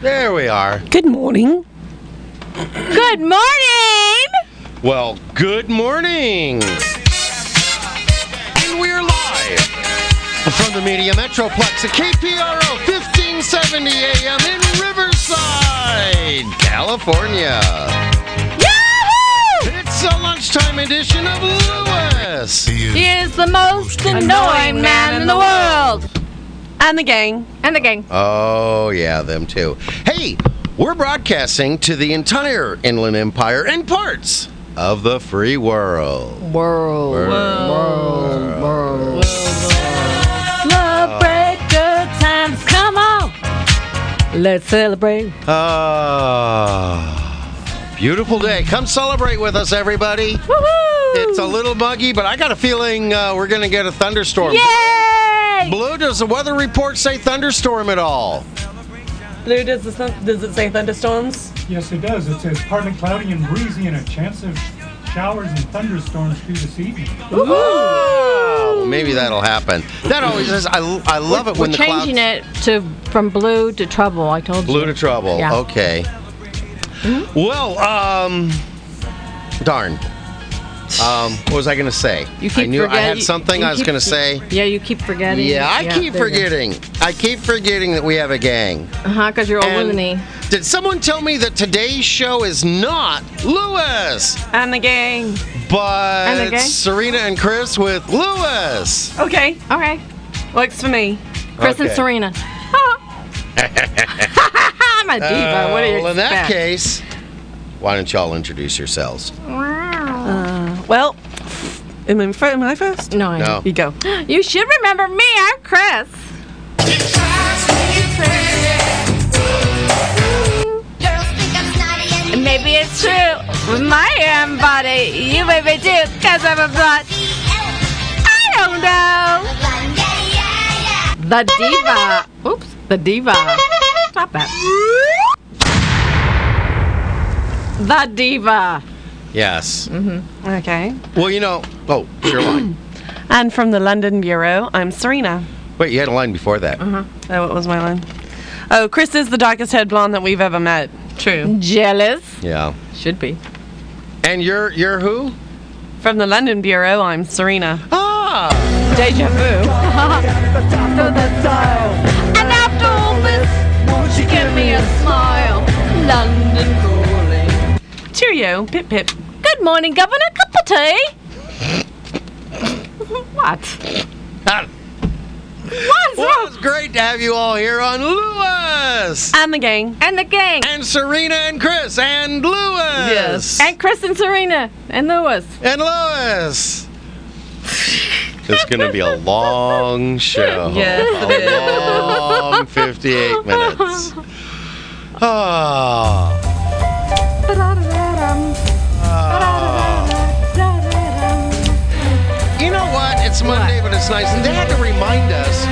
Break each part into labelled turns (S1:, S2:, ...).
S1: There we are.
S2: Good morning.
S3: Good morning.
S1: Well, good morning. And we're live from the Media Metroplex at KPRO 1570 AM in Riverside, California.
S3: Yahoo!
S1: It's a lunchtime edition of Lewis.
S3: He is the most annoying man in the world.
S2: And the gang.
S3: And the gang.
S1: Oh, yeah, them too. Hey, we're broadcasting to the entire Inland Empire and parts of the free world.
S2: World. World. World.
S3: Love break, good times, come on.
S2: Let's celebrate.
S1: Ah, beautiful day. Come celebrate with us, everybody.
S3: Woohoo!
S1: It's a little muggy, but I got a feeling uh, we're going to get a thunderstorm.
S3: Yay!
S1: Blue, does the weather report say thunderstorm at all?
S2: Lou, does, the sun, does it say thunderstorms?
S4: Yes, it does. It says partly cloudy and breezy and a chance of showers and thunderstorms through this evening.
S1: Oh, maybe that'll happen. That always is. I, I love it
S3: We're
S1: when the clouds.
S3: changing it to from blue to trouble. I told
S1: Blue
S3: you.
S1: to trouble.
S3: Yeah. Mm-hmm.
S1: Okay. Well, um, darn. Um, what was I going to say?
S3: You keep
S1: I knew I
S3: forget-
S1: had
S3: you-
S1: something
S3: you
S1: I was
S3: keep-
S1: going to say.
S3: Yeah, you keep forgetting.
S1: Yeah, I keep
S3: there you go.
S1: forgetting. I keep forgetting that we have a gang.
S3: Uh-huh, because you're a
S1: And
S3: loony.
S1: Did someone tell me that today's show is not Lewis,
S2: And the gang.
S1: but
S3: And the gang?
S1: Serena and Chris with Lewis?
S2: Okay.
S3: All right.
S2: Works for me.
S3: Chris and
S1: Okay.
S3: Serena. Ah. I'm a diva.
S1: Uh,
S3: what do you
S1: well, in that
S3: expect?
S1: case, why don't y'all introduce yourselves?
S2: Well, am I, am I first?
S3: no, I
S1: No.
S2: You go.
S3: You should remember me. I'm Chris. And Maybe it's true. With my am body, you maybe do, because I'm a blunt. I don't know. The diva. Oops, the diva. Stop that. The diva.
S1: Yes.
S3: Mm-hmm.
S2: Okay.
S1: Well, you know. Oh, your line.
S2: And from the London Bureau, I'm Serena.
S1: Wait, you had a line before that.
S3: Uh-huh.
S2: Oh, what was my line? Oh, Chris is the darkest haired blonde that we've ever met. True.
S3: Jealous.
S1: Yeah.
S2: Should be.
S1: And you're you're who?
S2: From the London Bureau, I'm Serena.
S1: Ah.
S2: Deja vu.
S3: And after all this, won't you give me a smile? London calling.
S2: Cheerio. Pip pip.
S3: Good morning, Governor. Cup of tea. what? Uh,
S1: Ah.
S3: What's
S1: Well,
S3: wrong?
S1: it's great to have you all here on Lewis
S2: And the gang.
S3: And the gang.
S1: and Serena and Chris and Lewis.
S2: Yes.
S3: And Chris and Serena and Lewis.
S1: and Lewis. It's going to be a long show.
S2: Yes, it is.
S1: a long 58 minutes. Ah. Ah. You know what? It's Monday, but it's nice. And they had to remind us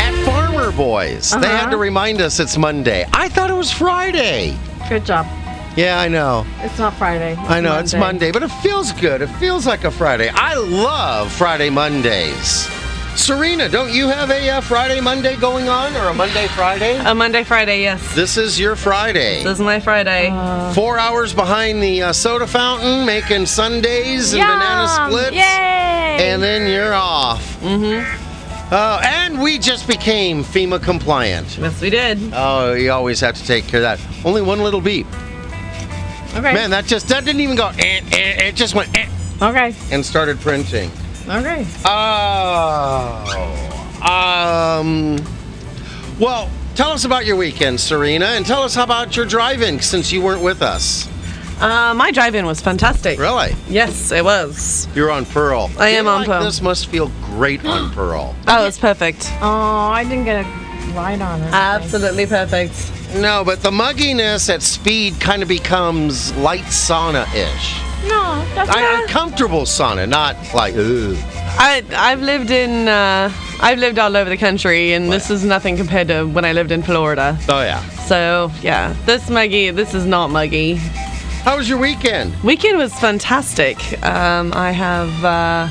S1: at Farmer Boys. They
S2: Uh-huh.
S1: had to remind us it's Monday. I thought it was Friday.
S3: Good job.
S1: Yeah, I know.
S3: It's not Friday.
S1: I know it's Monday, but it feels good. It feels like a Friday. I love Friday Mondays. Serena, don't you have a uh, Friday Monday going on or a Monday Friday?
S2: A Monday, Friday, yes.
S1: This is your Friday.
S2: This is my Friday.
S3: Uh,
S1: Four hours behind the uh, soda fountain, making Sundays and banana
S3: Yum!
S1: splits,
S3: Yay!
S1: and then you're off. Mm-hmm. Oh, and we just became FEMA compliant.
S2: yes, we did.
S1: Oh, you always have to take care of that. Only one little beep.
S3: okay.
S1: Man, that just that didn't even go. Eh, eh, it just went eh,
S3: Okay.
S1: and started printing.
S3: Okay.
S1: Oh. Um. Well, tell us about your weekend, Serena, and tell us about your driving since you weren't with us.
S2: Uh, my drive-in was fantastic.
S1: Really?
S2: Yes, it was.
S1: You're on Pearl.
S2: I am
S1: Day
S2: on
S1: like
S2: Pearl.
S1: This must feel great on Pearl.
S2: Oh, it's perfect.
S3: Oh, I didn't get a ride on it.
S2: Absolutely perfect.
S1: No, but the mugginess at speed kind of becomes light sauna-ish.
S3: no, that's
S1: I,
S3: not.
S1: uncomfortable sauna, not like. Ugh.
S2: I I've lived in uh, I've lived all over the country, and this is nothing compared to when I lived in Florida.
S1: Oh yeah.
S2: So yeah, this muggy, this is not muggy.
S1: How was your weekend?
S2: Weekend was fantastic. Um, I have uh,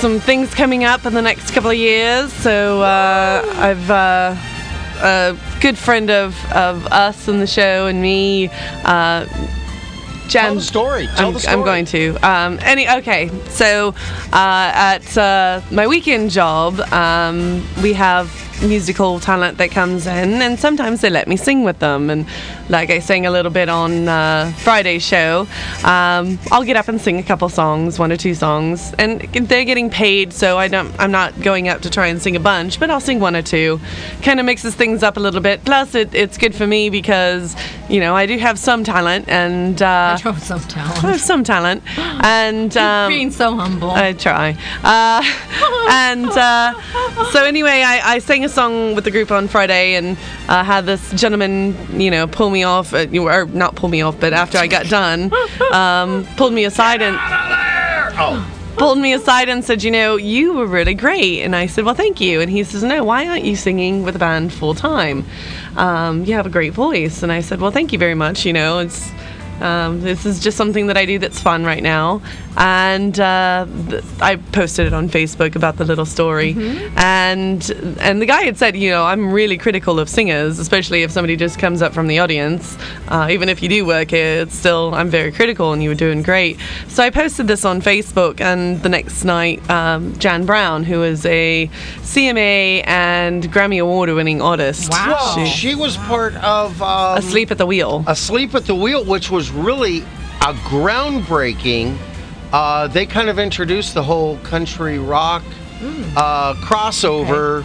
S2: some things coming up in the next couple of years, so uh, I've uh, a good friend of, of us and the show and me, uh, Jan.
S1: Tell the story. Tell
S2: Um, I'm,
S1: the story.
S2: I'm going to. Um, any okay? So uh, at uh, my weekend job, um, we have musical talent that comes in, and sometimes they let me sing with them. And like I sang a little bit on uh, Friday's show, um, I'll get up and sing a couple songs, one or two songs, and they're getting paid, so I don't. I'm not going up to try and sing a bunch, but I'll sing one or two. Kind of mixes things up a little bit. Plus, it, it's good for me because you know I do have some talent, and uh,
S5: I don't some
S2: I
S5: talent.
S2: have some talent, and um,
S5: Being so humble.
S2: I try. Uh, and uh, so anyway, I, I sang a song with the group on Friday, and uh, had this gentleman, you know, pull me off, uh, you- or not pull me off, but after I got done, um, pulled me aside and pulled me aside and said, You know, you were really great. And I said, Well, thank you. And he says, No, why aren't you singing with a band full time? Um, you have a great voice. And I said, Well, thank you very much. You know, it's. Um, this is just something that I do that's fun right now, and uh, th- I posted it on Facebook about the little story, and and the guy had said, you know, I'm really critical of singers, especially if somebody just comes up from the audience. Uh, even if you do work here, it's still I'm very critical, and you were doing great. So I posted this on Facebook, and the next night, um, Jan Brown, who is a CMA and Grammy Award-winning artist,
S5: Wow.
S2: she-
S1: She was part of um,
S2: asleep at the wheel.
S1: Asleep at the Wheel, which was really a groundbreaking. Uh, they kind of introduced the whole country rock uh, crossover.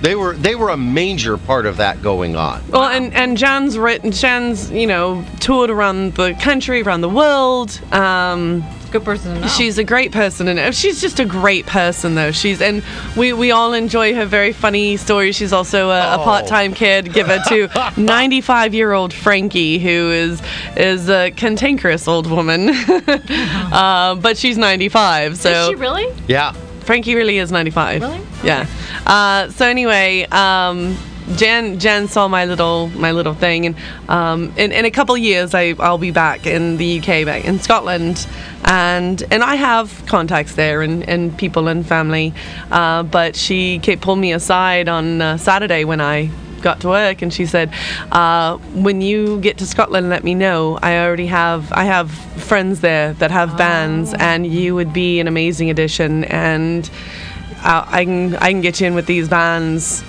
S1: They were they were a major part of that going on.
S2: Well, and and Jan's written, Jan's you know toured around the country, around the world. Um,
S5: Good person to know.
S2: She's a great person, and she's just a great person, though. She's and we we all enjoy her very funny stories. She's also a,
S1: Oh.
S2: a part-time kid giver to 95-year-old Frankie, who is is a cantankerous old woman, uh, but she's 95. So
S5: Uh-huh. Is she really?
S1: Yeah.
S2: Frankie really is 95.
S5: Really?
S2: Yeah. Uh, so anyway, um, Jan Jan saw my little my little thing, and um, in, in a couple of years I I'll be back in the UK, back in Scotland, and and I have contacts there and, and people and family, uh, but she kept pulled me aside on uh, Saturday when I got to work and she said uh, when you get to scotland let me know i already have i have friends there that have bands and you would be an amazing addition and I I can I can get you in with these bands.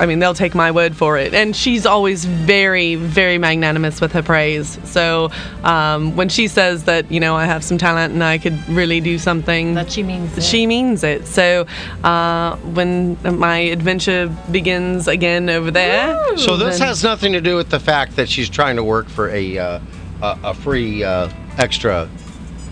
S2: I mean, they'll take my word for it. And she's always very, very magnanimous with her praise. So um, when she says that, you know, I have some talent and I could really do something,
S5: That she means it.
S2: she means it. So uh, when my adventure begins again over there,
S1: So this
S2: then-
S1: has nothing to do with the fact that she's trying to work for a uh, a, a free uh, extra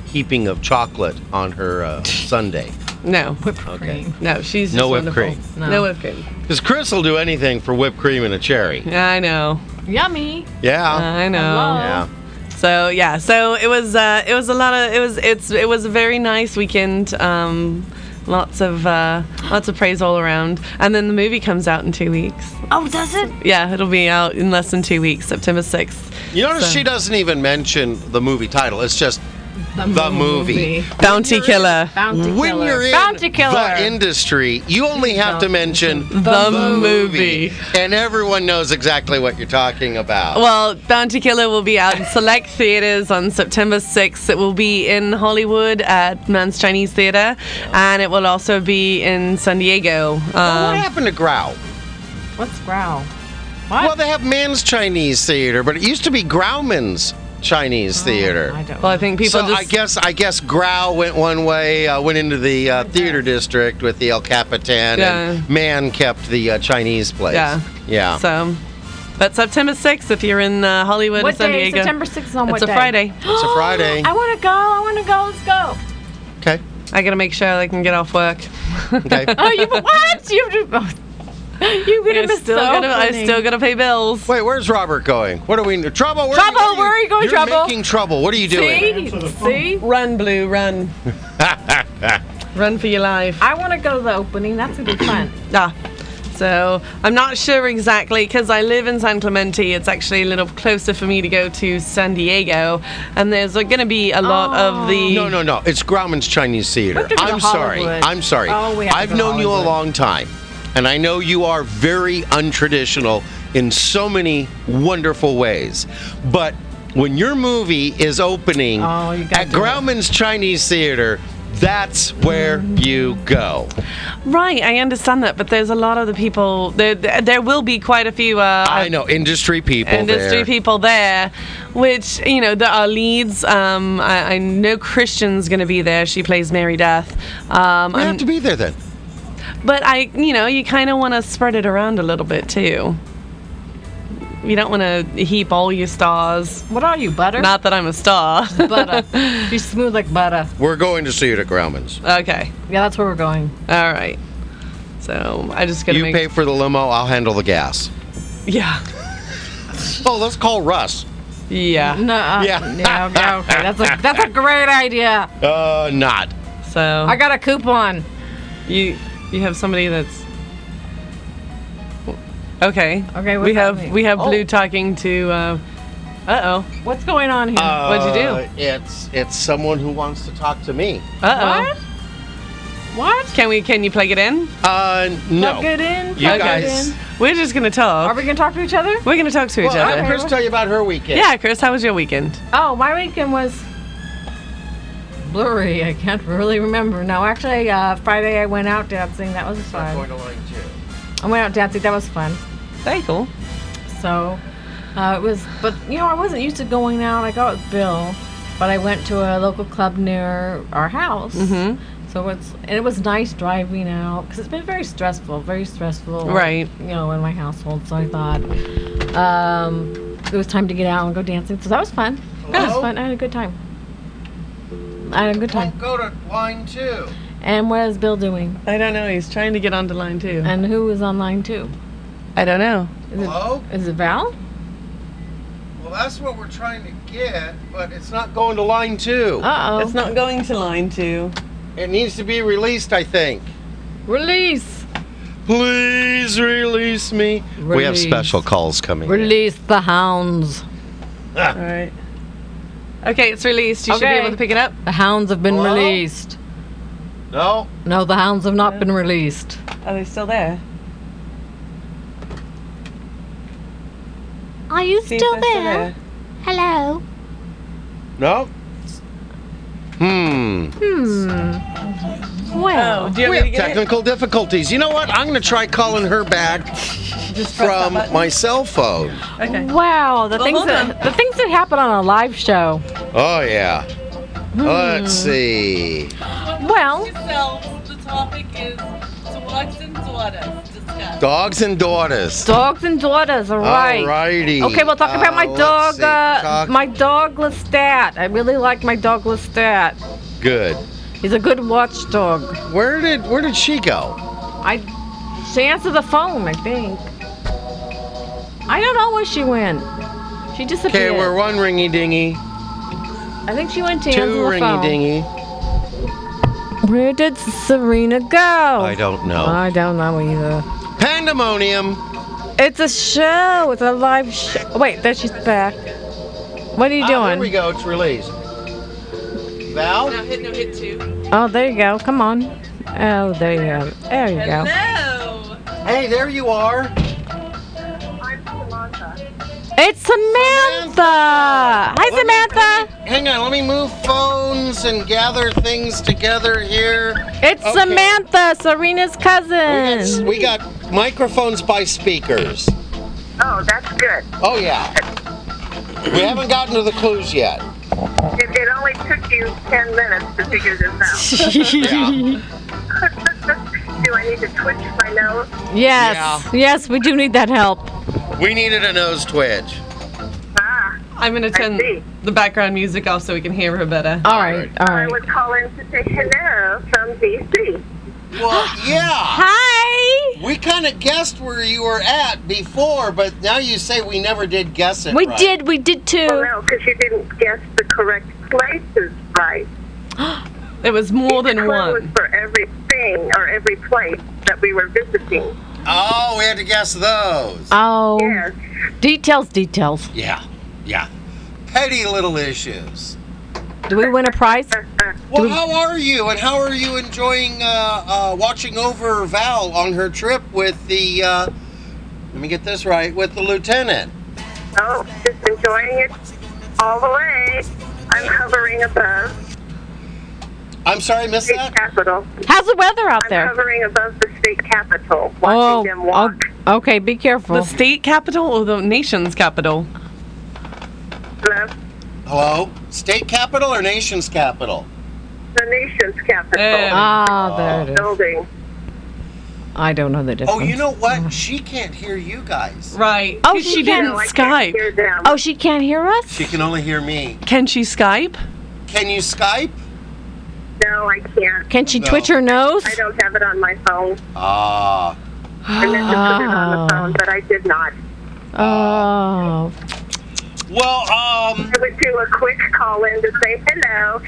S1: heaping of chocolate on her uh, Sunday.
S2: no,
S5: whipped cream.
S2: no, she's
S1: No
S2: just
S1: whipped
S2: wonderful.
S1: cream.
S5: No.
S2: no whipped cream.
S1: Because Chris will do anything for whipped cream and a cherry.
S2: I know,
S5: Yummy. Oh,
S1: Yeah.
S2: I know.
S5: Hello.
S1: Yeah.
S2: So yeah, so it was uh, it was a lot of it was it's it was a very nice weekend. Um, lots of uh, lots of praise all around, and then the movie comes out in two weeks.
S5: Oh, does it?
S2: Yeah, it'll be out in less than two weeks, September sixth.
S1: You notice
S2: So-
S1: she doesn't even mention the movie title. It's just The movie.
S2: Bounty Killer,
S5: Bounty
S1: when
S5: killer.
S1: you're in
S5: Bounty killer.
S1: the industry, you only have to mention
S2: the, movie.
S1: and everyone knows exactly what you're talking about.
S2: Well, Bounty Killer will be out in select theaters on September 6th. It will be in Hollywood at Man's Chinese Theater, and it will also be in San Diego.
S1: what
S2: Um,
S1: happened to Grau?
S5: What's growl?
S1: Well, they have Man's Chinese Theater, but it used to be Grauman's Chinese Theater.
S5: I don't.
S2: well, I think people
S1: so
S2: just
S1: I guess I guess Grau went one way, uh, went into the uh, theater district with the El Capitan,
S2: Yeah.
S1: and Man kept the uh, Chinese place.
S2: Yeah.
S1: yeah.
S2: So, but September 6th, if you're in uh, Hollywood or
S5: what
S2: San
S5: day?
S2: Diego,
S5: September 6th is on
S2: it's
S5: what
S2: a
S5: day?
S2: Friday.
S1: It's a Friday.
S5: I want to go. I want to go. Let's go.
S1: okay,
S2: I gotta make sure I can get off work.
S1: okay.
S5: Oh, you what? You you gonna
S2: I
S5: miss
S2: still
S5: so
S2: gotta, I
S5: many.
S2: still gotta pay bills.
S1: Wait, where's Robert going? What are we in trouble? Where
S5: Trouble,
S1: Are you,
S5: where are you going,
S1: You're
S5: trouble?
S1: making trouble. What are you doing?
S5: See, see.
S2: Run, Blue, run. run for your life.
S5: I want to go to the opening. That's gonna be fun.
S2: Ah. So I'm not sure exactly because I live in San Clemente. It's actually a little closer for me to go to San Diego, and there's going to be a lot of the.
S1: Oh. No, no, no. It's Grauman's Chinese Theater.
S5: have to go to
S1: I'm sorry.
S5: Hollywood.
S1: I'm sorry.
S5: Oh, we have to
S1: I've
S5: go to
S1: known you a
S5: Hollywood.
S1: long time. And I know you are very untraditional in so many wonderful ways. But when your movie is opening
S3: Oh, you gotta
S1: at
S3: do it.
S1: Grauman's Chinese Theater, that's where you go.
S2: Right, I understand that, but there's a lot of the people. There, there there will be quite a few. Uh,
S1: I know industry people.
S2: industry
S1: there.
S2: people there, which you know there are leads. Um, I, I know Christian's going to be there. She plays Mary Death. Um,
S1: You
S2: I'm-
S1: have to be there then.
S2: but I, you know, you kind of want to spread it around a little bit too. You don't want to heap all your stars.
S3: What are you, butter?
S2: Not that I'm a star.
S3: butter. She's smooth like butter.
S1: We're going to see you at Grauman's.
S2: okay,
S3: Yeah, that's where we're going.
S2: all right. So I just got to
S1: You
S2: make
S1: pay for the limo, I'll handle the gas.
S2: yeah,
S1: Oh, let's call Russ.
S2: yeah.
S3: No, uh,
S1: Yeah.
S3: yeah, okay, okay. That's a that's a great idea.
S1: Uh, not.
S2: So
S3: I got a coupon.
S2: You you have somebody that's okay.
S3: Okay, what's
S2: we
S3: that
S2: have
S3: mean?
S2: we have
S3: Oh.
S2: Blue talking to. Uh oh.
S3: What's going on here?
S2: What'd you do?
S1: Uh, It's it's someone who wants to talk to me.
S2: Uh
S3: what?
S2: oh.
S3: What?
S2: Can we can you plug it in?
S1: Uh, no.
S3: Plug it in.
S1: You
S3: plug it
S1: guys-
S3: in.
S2: We're just gonna
S3: Are
S2: talk.
S3: we gonna talk to each other?
S2: We- are gonna talk to each
S1: Well,
S2: other.
S1: let Chris tell you about her weekend.
S2: Yeah, Chris. How was your weekend?
S3: Oh, my weekend was blurry. I can't really remember. No, actually, uh, Friday I went out dancing. That was fun. I went out dancing. That was fun.
S2: Very cool.
S3: So uh, it was, but you know, I wasn't used to going out. I go out with Bill, but I went to a local club near our house.
S2: Mhm.
S3: So it's and it was nice driving out because it's been very stressful, very stressful,
S2: Right.
S3: You know, in my household. So I thought um, it was time to get out and go dancing. So that was fun. That was
S1: Hello?
S3: fun. I had a good time. I had a good time.
S1: go to line two.
S3: And what is Bill doing?
S2: I don't know. He's trying to get onto line two.
S3: And who is online too?
S2: I don't know.
S3: Is it, is it Val?
S1: Well, that's what we're trying to get, but it's not going to line two.
S3: Uh oh.
S2: It's not going to line two.
S1: It needs to be released, I think.
S3: Release.
S1: Please release me. We have
S3: Release.
S1: special calls coming. in.
S3: Release the hounds.
S2: All right. Okay, it's released. You should
S3: Okay.
S2: be able to pick it up.
S3: The hounds have been
S1: Hello?
S3: released.
S1: No.
S3: No, the hounds have not been released.
S2: Are they still there?
S5: Are you
S2: See if
S5: still
S2: they're
S5: there? Hello.
S1: No. Hmm.
S3: Well,
S2: Oh, do you
S1: We have
S2: want me to get it?
S1: technical difficulties. You know what? I'm going to try calling her back
S2: Just press that
S1: from
S2: button.
S1: my cell phone.
S2: Okay.
S3: wow, the
S2: Well,
S3: things
S2: hold
S3: that the things that happen on a live show.
S1: Oh yeah. Let's
S3: Hmm.
S1: see.
S3: Well,
S2: The topic is dogs and daughters. Discuss.
S1: Dogs and daughters.
S3: dogs and daughters, all right.
S1: Alrighty.
S3: Okay, we'll talk
S1: Uh,
S3: about my
S1: let's
S3: dog,
S1: see.
S3: uh,
S1: Talk-
S3: my dog Lestat. I really like my dog Lestat.
S1: Good.
S3: He's a good watchdog.
S1: Where did Where did she go?
S3: I, she answered the phone, I think. I don't know where she went.
S1: Okay,
S3: She disappeared.
S1: we're one ringy dingy,
S3: I think she went to
S1: two
S3: answer the
S1: ringy
S3: phone.
S1: dingy.
S3: Where did Serena go?
S1: I don't know.
S3: I don't know either.
S1: Pandemonium.
S3: It's a show. It's a live show. Wait, there she's back. What are you
S1: Ah, there we
S3: doing?
S1: go. It's released. Val.
S2: hit no hit two.
S3: oh, there you go. Come on. Oh, there you go. There you go.
S2: No.
S1: Hey, there you are.
S3: It's Samantha. Hi, Samantha.
S1: Hang on. Let me move phones and gather things together here.
S3: It's
S1: Okay.
S3: Samantha, Serena's
S1: We got,
S3: cousin.
S1: we got microphones by speakers.
S6: Oh, that's good.
S1: Oh yeah. We haven't gotten to the clues yet.
S6: It, it only took you 10 minutes to figure this
S1: Yeah.
S6: out. Do I need to twitch my nose?
S3: Yes. Yes, we do need that help.
S1: We needed a nose twitch.
S6: Ah,
S2: I'm gonna turn
S6: see.
S2: the background music off so we can hear her better.
S1: Uh,
S3: All right. All
S6: I
S3: right.
S6: was calling to say hello from D.C.
S1: Well, yeah.
S3: Hi.
S1: We kind of guessed where you were at before, but now you say we never did guess it.
S3: We
S1: right.
S3: did. We did
S6: Well,
S3: too.
S6: no, because you didn't guess the correct places right.
S2: It was more than
S6: Clue was
S2: one.
S6: for everything or every place that we were visiting.
S1: Oh, we had to guess those.
S3: Oh.
S6: Yes.
S3: Details. Details.
S1: yeah. Yeah. Petty little issues.
S3: Do we win a prize?
S6: Uh, uh, good.
S1: Well, how are you? And how are you enjoying uh, uh, watching over Val on her trip with the? Uh, let me get this right. With the lieutenant.
S6: Oh, just enjoying it all the way. I'm hovering above
S1: I'm sorry, I missed
S6: state
S1: that.
S6: capitol.
S3: How's the weather out
S6: I'm
S3: there?
S6: hovering above the state capitol, watching
S3: Oh,
S6: them walk
S3: oh, okay. Be careful.
S2: The state capital or the nation's capital?
S6: the,
S1: Hello, state capital or nation's capital?
S6: the nation's capitol
S2: Eh.
S3: ah, there it is.
S6: building.
S3: I don't know the difference.
S1: Oh, you know what? She can't hear you guys.
S2: Right.
S3: Oh,
S2: 'Cause
S3: she
S2: she
S3: can.
S2: didn't
S6: I can't
S2: Skype.
S6: hear them.
S3: Oh, she can't hear us.
S1: She can only hear me.
S2: Can she Skype?
S1: Can you Skype?
S6: No, I can't.
S3: Can she
S1: No.
S3: twitch her nose?
S6: I don't have it on my phone.
S1: Ah.
S6: I meant to put it
S3: Ah.
S6: on the phone, but I did not.
S3: Oh,
S1: Well, um,
S6: I would do a quick call in to say hello.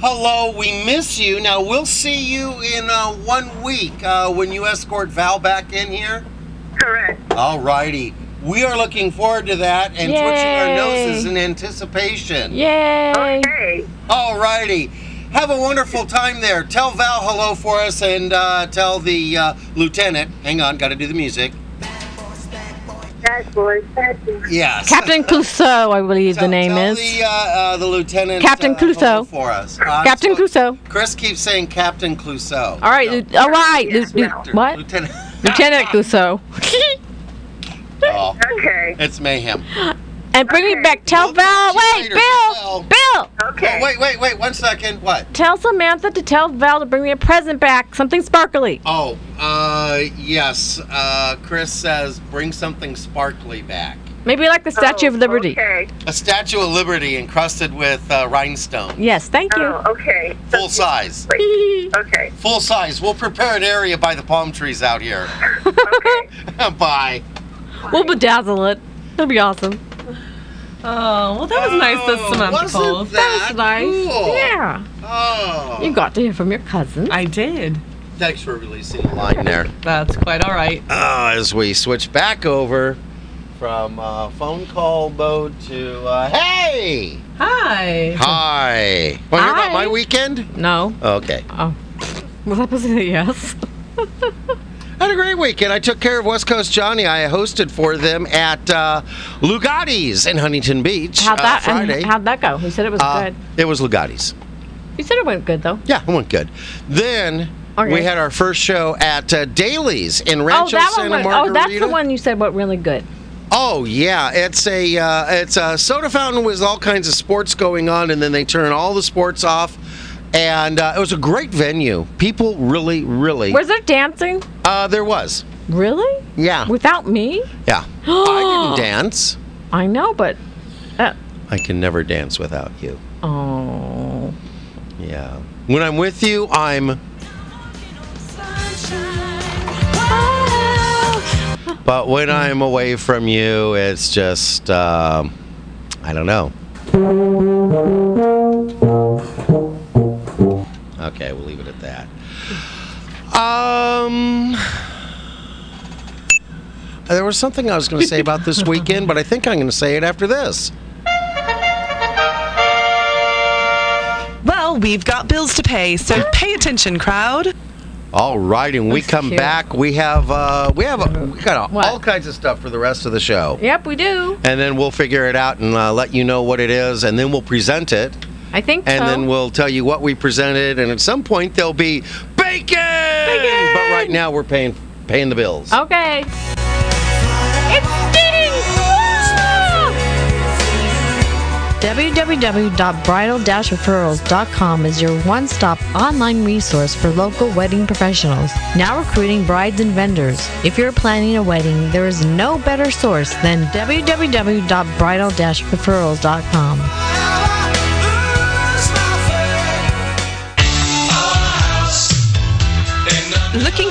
S1: hello, we miss you. Now, we'll see you in uh, one week uh, when you escort Val back in here.
S6: Correct.
S1: All righty. We are looking forward to that and twitching our
S3: Yay.
S1: noses in anticipation.
S3: yay!
S6: Okay.
S1: All righty. Have a wonderful time there. Tell Val hello for us and uh, tell the uh, lieutenant. Hang on, got to do the music.
S6: Bad boys, bad boys.
S1: Yes.
S3: Captain Clouseau, I believe
S1: Tell-
S3: the name
S1: tell
S3: is.
S1: The, uh, uh, the lieutenant.
S3: Captain
S1: uh, hello
S3: Clouseau.
S1: For us. Uh, I'm
S3: Captain
S1: still-
S3: Clouseau.
S1: Chris keeps saying Captain Clouseau.
S3: All right,
S1: No,
S3: Lu- all right. Lu- Lu-
S6: no.
S3: what?
S1: Lieutenant.
S3: Lieutenant Clouseau.
S1: oh,
S6: Okay.
S1: it's mayhem.
S3: and bring me back. Tell
S1: We'll talk
S3: Val.
S1: to you
S3: Wait,
S1: later,
S3: Bill. Bill.
S6: Okay.
S1: Wait, wait, wait. One second. What?
S3: Tell Samantha to tell Val to bring me a present back. Something sparkly.
S1: Oh, uh, yes. Uh, Chris says bring something sparkly back.
S3: Maybe like the Statue of
S6: Oh,
S3: Liberty.
S6: Okay.
S1: A Statue of Liberty encrusted with uh, rhinestone.
S3: Yes, thank you.
S6: Oh, okay.
S1: Full size. Oh.
S6: Okay.
S1: Full size. We'll prepare an area by the palm trees out here.
S6: Okay.
S1: Bye.
S3: We'll bedazzle it. It'll be awesome.
S2: Oh, well, that was nice that
S1: Oh,
S2: Samantha
S1: wasn't
S2: called.
S1: That
S3: was nice.
S1: cool?
S3: Yeah.
S1: Oh.
S3: You got to hear from your cousin.
S2: I did.
S1: Thanks for releasing the line there.
S2: That's quite all right.
S1: Uh, as we switch back over from uh, phone call mode to uh, hey,
S2: Hi.
S1: hi. Want to hear about
S3: Hi.
S1: my weekend?
S3: No.
S1: Okay.
S3: Oh. Was I supposed to say yes?
S1: Had a great weekend. I took care of West Coast Johnny. I hosted for them at uh, Lugatti's in Huntington Beach
S3: How'd
S1: uh,
S3: that and
S1: Friday.
S3: how'd that go? He said it was
S1: Uh,
S3: good.
S1: it was Lugatti's.
S3: You said it went good though.
S1: Yeah, it went good. Then
S3: Okay.
S1: we had our first show at uh, Daly's in
S3: Oh,
S1: Rancho
S3: that one
S1: Santa
S3: went.
S1: Margarita.
S3: Oh, that's the one you said went really good.
S1: Oh yeah, it's a uh, it's a soda fountain with all kinds of sports going on, and then they turn all the sports off. And uh, it was a great venue. People really, really.
S3: Was there dancing?
S1: uh, there was.
S3: Really?
S1: Yeah.
S3: Without me?
S1: yeah. I didn't dance.
S3: I know, but uh,
S1: I can never dance without you.
S3: oh,
S1: Yeah. When I'm with you, I'm. But when I'm away from you, it's just, um I don't know. Okay, we'll leave it at that. Um, there was something I was going to say about this weekend, but I think I'm going to say it after this.
S2: Well, we've got bills to pay, so pay attention, crowd.
S1: All right, and we
S3: That's
S1: come
S3: cute.
S1: back. We have uh, we have a, we got a,
S3: What?
S1: all kinds of stuff for the rest of the show,
S3: yep, we do.
S1: and then we'll figure it out and uh, let you know what it is, and then we'll present it,
S3: I think
S1: and
S3: so.
S1: then we'll tell you what we presented, and at some point there'll be bacon. But right now we're paying paying the bills.
S3: okay. It's
S7: www.bridal-referrals.com is your one-stop online resource for local wedding professionals, now recruiting brides and vendors. If you're planning a wedding, there is no better source than www.bridal-referrals.com.
S2: Looking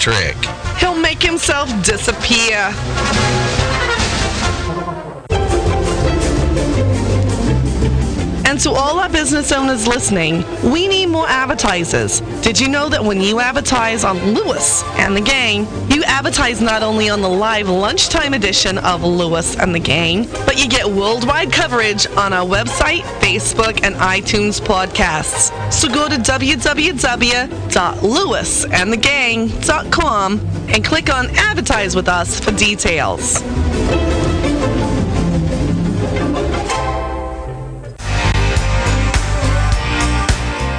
S1: trick.
S2: He'll make himself disappear. And to all our business owners listening, we need more advertisers. Did you know that when you advertise on Lewis and the Gang, you advertise not only on the live lunchtime edition of Lewis and the Gang, but you get worldwide coverage on our website, Facebook, and iTunes podcasts. So go to www.lewisandthegang.com and click on Advertise with Us for details.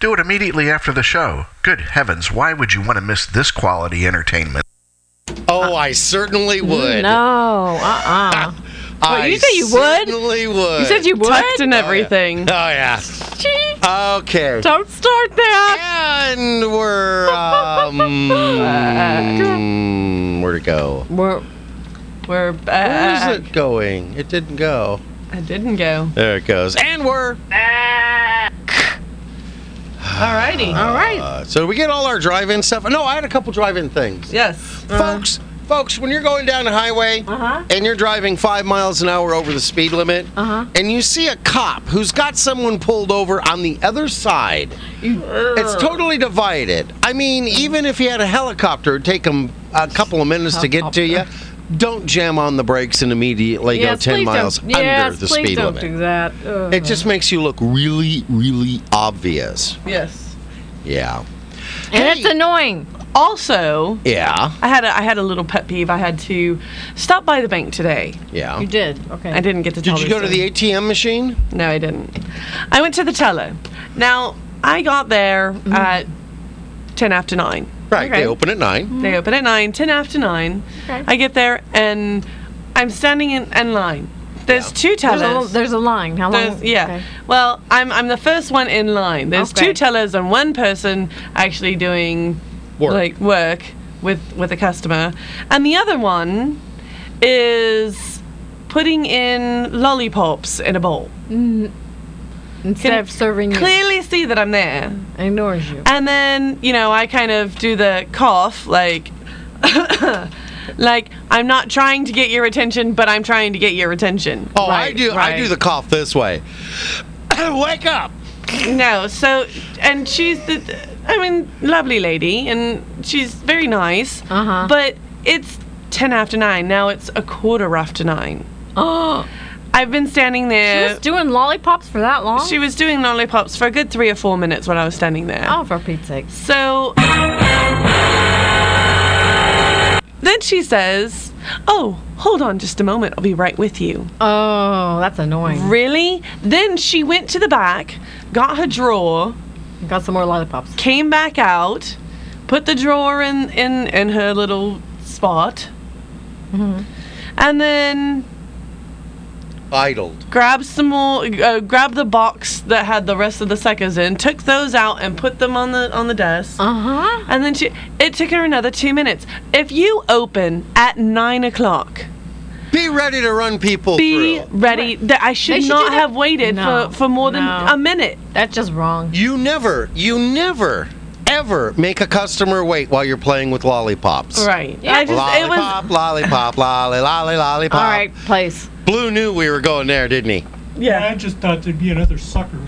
S8: Do it immediately after the show. Good heavens, why would you want to miss this quality entertainment?
S1: Oh, I certainly would.
S3: No, uh-uh.
S1: I
S3: you said you would?
S1: Certainly would.
S3: you said you
S2: Tucked
S3: would?
S2: in everything.
S1: Oh yeah. Okay.
S3: Don't start that.
S1: And we're um, where to go?
S3: We're,
S2: We're
S1: Where's
S2: back.
S1: it going? It didn't go.
S2: I didn't go.
S1: There it goes. And we're
S2: Alrighty.
S3: all right.
S1: uh, so we get all our drive-in stuff. No, I had a couple drive-in things.
S2: Yes.
S1: Uh-huh. Folks, folks, when you're going down a highway
S3: Uh-huh.
S1: and you're driving five miles an hour over the speed limit,
S3: Uh-huh.
S1: and you see a cop who's got someone pulled over on the other side, it's totally divided. I mean, even if you had a helicopter, it'd take them a couple of minutes to get to you. Don't jam on the brakes and immediately
S3: Yes,
S1: go 10
S3: please
S1: miles
S3: don't. Yes,
S1: under the
S3: please
S1: speed
S3: don't
S1: limit.
S3: do that. Ugh.
S1: It just makes you look really, really obvious.
S2: Yes.
S1: Yeah.
S3: and it's annoying.
S2: Also,
S1: Yeah.
S2: I had a, I had a little pet peeve. I had to stop by the bank today.
S1: Yeah.
S3: You did. Okay.
S2: I didn't get to. tell
S1: Did you
S2: this
S1: go to
S2: story.
S1: the ATM machine?
S2: No, I didn't. I went to the teller. Now I got there
S3: Mm-hmm.
S2: at ten after nine.
S1: Right. They
S3: Okay.
S1: open at nine.
S2: They open at nine. Ten after nine.
S3: Mm-hmm. Okay.
S2: I get there and I'm standing in, in line. There's two
S3: There's a,
S2: tellers.
S3: li- there's a line. How long?
S2: There's, yeah.
S3: okay.
S2: Well, I'm I'm the first one in line. There's
S3: Okay.
S2: two tellers and one person actually doing
S1: Work.
S2: like work with with a customer, and the other one is putting in lollipops in a bowl.
S3: Instead of serving you,
S2: Clearly see that I'm there.
S3: ignores you.
S2: And then, you know, I kind of do the cough, like, like I'm not trying to get your attention, but I'm trying to get your attention.
S1: Oh, I
S3: Right,
S1: do. I do
S3: right.
S1: the cough this way. Wake up!
S2: No, so, and she's the, I mean, lovely lady, and she's very nice.
S3: Uh-huh.
S2: But it's 10 after 9. Now it's a quarter after 9.
S3: Oh,
S2: I've been standing
S3: she
S2: there.
S3: was doing lollipops for that long?
S2: she was doing lollipops for a good three or four minutes while I was standing there.
S3: oh, for Pete's sake.
S2: So then she says, Oh, hold on just a moment. I'll be right with you.
S3: Oh, that's annoying.
S2: Really? Then she went to the back, got her drawer,
S3: Got some more lollipops.
S2: came back out, put the drawer in, in, in her little spot,
S3: Mm-hmm.
S2: and then
S1: Idled.
S2: grabbed some more, uh, grabbed the box that had the rest of the suckers in, took those out and put them on the, on the desk.
S3: Uh huh.
S2: And then she, it took her another two minutes. If you open at nine o'clock,
S1: Be ready to run people
S2: be
S1: through.
S2: ready. That I should
S3: should do
S2: not
S3: that-
S2: have waited
S3: No,
S2: for, for more than
S3: no.
S2: a minute.
S3: That's just wrong.
S1: You never, you never, ever make a customer wait while you're playing with lollipops.
S2: Right. I just, it
S1: Lollipop,
S2: was.
S1: lollipop, lolly, lolly, lollipop.
S3: All right, place.
S1: Blue knew we were going there, didn't he?
S9: I just thought there'd be another sucker.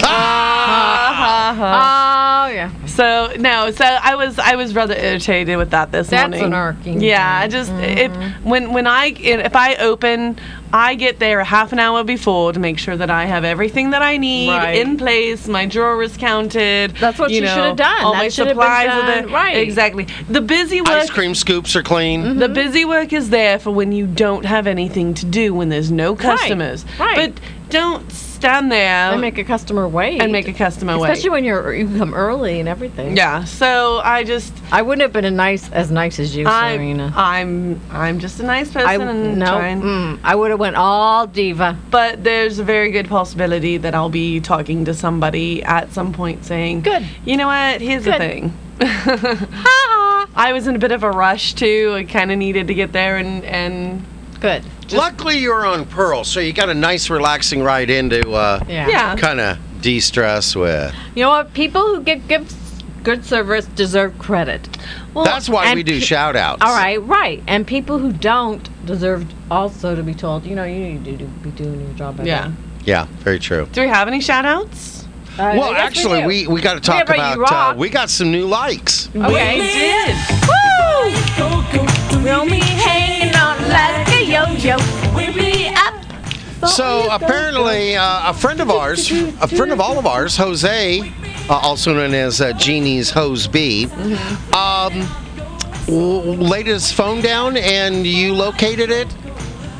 S1: Ah!
S2: ha ha.
S3: Oh yeah,
S2: So no, so I was I was rather irritated with that this
S3: That's
S2: morning.
S3: an irking
S2: Yeah, I just if when when I if I open, I get there half an hour before to make sure that I have everything that I need
S3: Right.
S2: in place. My drawer is counted.
S3: That's what
S2: you
S3: you
S2: know,
S3: should've done.
S2: All
S3: That
S2: my
S3: should've been
S2: supplies are there.
S3: done right.
S2: Exactly. The busy work.
S1: Ice cream scoops are clean.
S2: The busy work is there for when you don't have anything to do, when there's no customers.
S3: right.
S2: But don't stand there
S3: and make a customer wait.
S2: and make a customer
S3: especially
S2: wait.
S3: when you're you come early and everything.
S2: Yeah. So I just
S3: I wouldn't have been a nice as nice as you,
S2: I,
S3: Serena.
S2: I'm I'm just a nice person
S3: I
S2: and
S3: no,
S2: trying-
S3: mm, I would have went all diva.
S2: but there's a very good possibility that I'll be talking to somebody at some point saying,
S3: Good.
S2: You know what? Here's the
S3: Good.
S2: thing." I was in a bit of a rush too. I kind of needed to get there and and
S3: Good.
S1: Luckily, you're on Pearl, so you got a nice, relaxing ride into uh,
S3: Yeah.
S2: yeah.
S1: kind of de stress with.
S3: You know what? People who get gifts, good service deserve credit.
S2: Well,
S1: That's why
S3: and
S1: we do
S3: pe-
S1: shout outs.
S3: All right, right. And people who don't deserve also to be told, you know, you need to do, be doing your job better.
S2: yeah.
S1: Yeah, very true.
S2: Do we have any shout outs?
S3: Uh,
S1: well,
S3: yes, we
S1: actually,
S3: do.
S1: we, we got to talk
S3: but you
S1: about. uh,
S3: rock.
S1: we got some new likes.
S3: Okay.
S2: We did.
S1: So apparently, uh, a friend of ours, a friend of all of ours, Jose, uh, also known as uh, Jeannie's Hose B, um, w- laid his phone down and you located it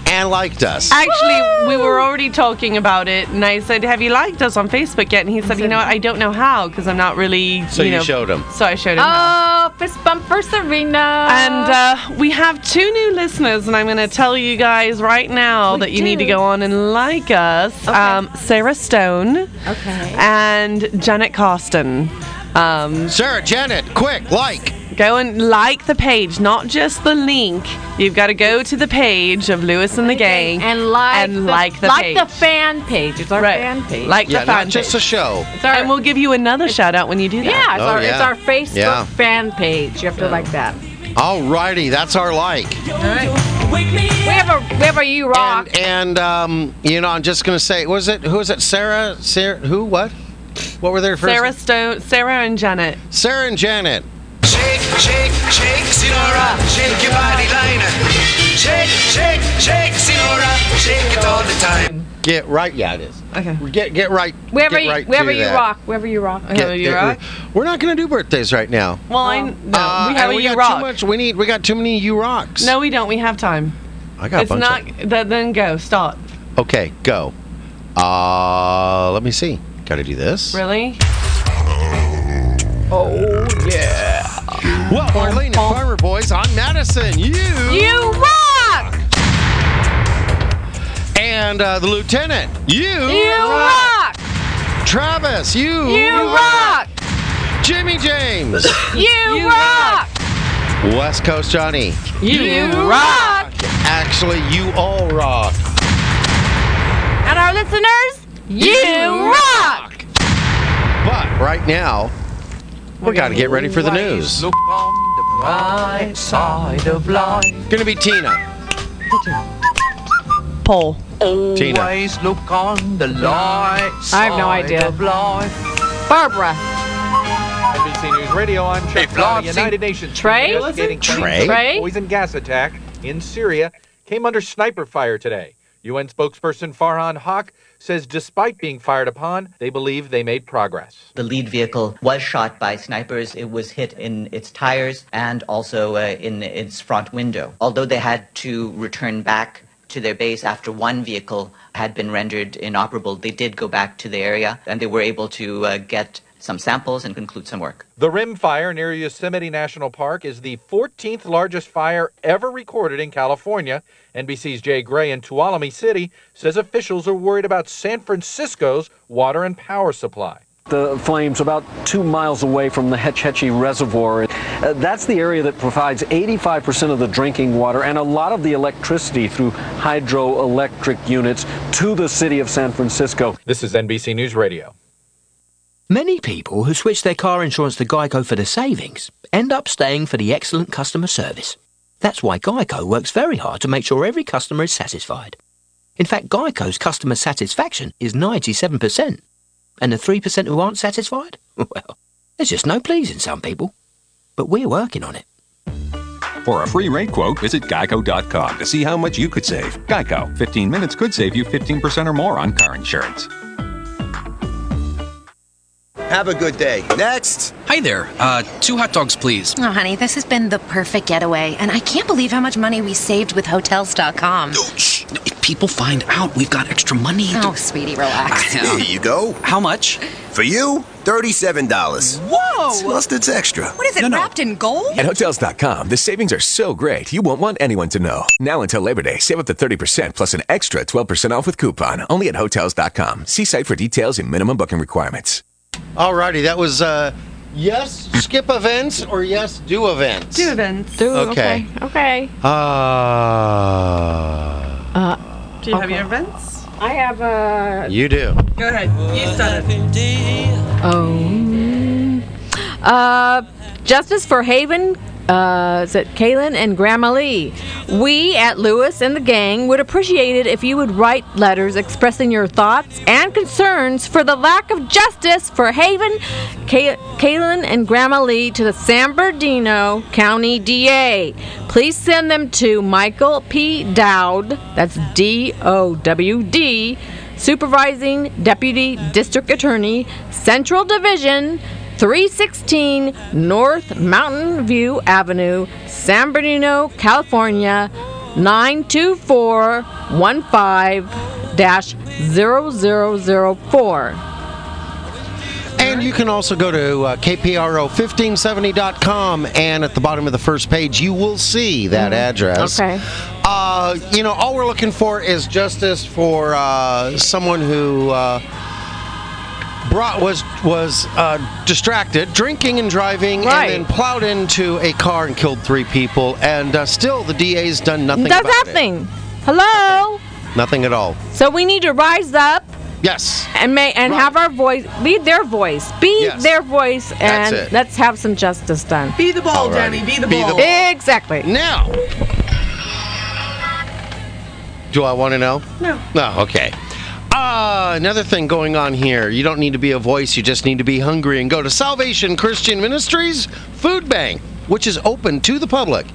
S1: and liked us.
S2: Actually, we were already talking about it, and I said, "Have you liked us on Facebook yet?" And he said, "You know, what? I don't know how because I'm not really."
S1: So you
S2: know,
S1: showed him.
S2: So I showed him. how.
S3: Oh, fist bump for Serena.
S2: And uh, we have two new listeners, and I'm going to tell you guys right now that you need to
S3: do.
S2: go on and like us. Um, Sarah Stone
S3: okay.
S2: and Janet Carsten. Um,
S1: Sarah, Janet, quick, like.
S2: go and like the page, not just the link. You've got to go to the page of Lewis and the Gang
S3: And like
S2: and
S3: the,
S2: like the
S3: like the
S2: page.
S3: fan page. It's our
S2: Right.
S3: fan page.
S2: Like
S1: Yeah,
S2: the fan
S1: not just a
S2: page.
S1: show.
S3: it's our,
S2: and we'll give you another shout out when you do that.
S3: yeah, it's,
S1: Oh,
S3: our, it's
S1: yeah.
S3: our Facebook
S1: Yeah.
S3: fan page. You have to like that.
S1: Alrighty, that's our like.
S3: We have a we have a you rock.
S1: And, and um, you know, I'm just gonna say, was it who was it? Sarah, Sarah, who? What? What were their first?
S2: Sarah Stone, Sarah and Janet.
S1: Sarah and Janet.
S7: Shake, shake, shake, Sinora. Shake your body liner. Shake, shake, shake, Sinora. Shake it all the time.
S1: Get right. Yeah, it is.
S2: Okay.
S1: Get get right.
S3: wherever
S1: get
S3: you,
S1: right
S3: wherever
S1: to
S3: you
S1: that.
S3: rock, wherever you rock.
S1: Get-
S2: Wherever you
S1: get-
S2: rock.
S1: We're not gonna do birthdays right now.
S2: Well, I no,
S1: Uh,
S2: we have
S1: and
S2: a
S1: we
S2: you
S1: got
S2: rock.
S1: too much. We need. We got too many you rocks.
S2: No, we don't. We have time.
S1: I got a
S2: it's
S1: bunch
S2: not.
S1: of-
S2: Th- then go. Start.
S1: okay, go. Uh, let me see. Got to do this. Oh,
S2: Really?
S1: Well, Marlene and Farmer Boys on Madison. You.
S3: You rock!
S1: And uh, the lieutenant. You.
S3: You rock!
S1: Travis. You.
S3: You rock!
S1: Jimmy James.
S3: You rock!
S1: West Coast Johnny.
S3: You rock!
S1: Actually, you all rock.
S3: And our listeners, you rock!
S1: But right now, we got to get ready for the news.
S7: Look on the bright side of life.
S1: Gonna be Tina.
S2: Poll.
S1: Tina.
S7: Always look on the light
S3: I have no idea.
S7: of life.
S3: Barbara,
S4: NBC News Radio. I'm Chuck
S7: Hey,
S4: Todd.
S7: Flopsy.
S4: United Nations
S3: Trey?
S4: investigating claims
S1: Trey?
S4: of
S3: Trey?
S4: a poison gas attack in Syria came under sniper fire today. UN spokesperson Farhan Haq says despite being fired upon, they believe they made progress.
S10: The lead vehicle was shot by snipers. It was hit in its tires and also uh, in its front window. Although they had to return back to their base after one vehicle had been rendered inoperable, they did go back to the area and they were able to uh, get some samples and conclude some work.
S4: The Rim Fire near Yosemite National Park is the 14th largest fire ever recorded in California. NBC's Jay Gray in Tuolumne City says officials are worried about San Francisco's water and power supply.
S10: The flames about two miles away from the Hetch Hetchy Reservoir. Uh, that's the area that provides 85% of the drinking water and a lot of the electricity through hydroelectric units to the city of San Francisco.
S4: This is NBC News Radio.
S7: Many people who switch their car insurance to Geico for the savings end up staying for the excellent customer service. That's why Geico works very hard to make sure every customer is satisfied. In fact, Geico's customer satisfaction is 97%. And the 3% who aren't satisfied? Well, there's just no pleasing some people. But we're working on it.
S11: For a free rate quote, visit geico.com to see how much you could save. Geico, 15 minutes could save you 15% or more on car insurance.
S12: Have a good day. Next. Hi there. Uh, two hot dogs, please.
S13: Oh, honey, this has been the perfect getaway, and I can't believe how much money we saved with Hotels.com.
S12: Shh. If people find out we've got extra money.
S13: Oh, sweetie, relax.
S12: Here you go. How much? For you, $37.
S13: Whoa!
S12: Plus, it's extra.
S13: What is it, wrapped in gold?
S14: At Hotels.com, the savings are so great, you won't want anyone to know. Now until Labor Day, save up to 30% plus an extra 12% off with coupon. Only at Hotels.com. See site for details and minimum booking requirements.
S1: Alrighty, that was uh, yes, skip events or yes, do events.
S2: Do events.
S1: Do, okay.
S3: Okay.
S1: Uh,
S3: Uh,
S2: Do you have your events?
S3: I have a.
S1: you do.
S2: Go ahead. You start it.
S3: Oh. Uh, Justice for Haven. Uh, is it Kaylin and Grandma Lee? We at Lewis and the gang would appreciate it if you would write letters expressing your thoughts and concerns for the lack of justice for Haven, Kay- Kaylin, and Grandma Lee to the San Bernardino County DA. Please send them to Michael P. Dowd, that's D O W D, Supervising Deputy District Attorney, Central Division, 316 North Mountain View Avenue, San Bernardino, California, 92415-0004.
S1: And you can also go to uh, KPRO1570.com, and at the bottom of the first page, you will see that address.
S3: Mm-hmm. Okay.
S1: Uh, you know, all we're looking for is justice for uh, someone who uh, brought was was uh, distracted, drinking and driving,
S3: Right.
S1: and then plowed into a car and killed three people. And uh, still, the DA's done nothing.
S3: Does
S1: about
S3: nothing. Hello?
S1: It. Nothing at all.
S3: So we need to rise up
S1: Yes.
S3: and may and have our voice be their voice. Be
S1: Yes.
S3: their voice
S1: That's
S3: and
S1: it.
S3: let's have some justice done.
S2: Be the ball,
S1: Alrighty. Danny, be the Be the ball. ball.
S3: Exactly.
S1: Now. Do I want to know?
S2: No.
S1: No, okay. Uh, another thing going on here. You don't need to be a voice, you just need to be hungry and go to Salvation Christian Ministries Food Bank, which is open to the public.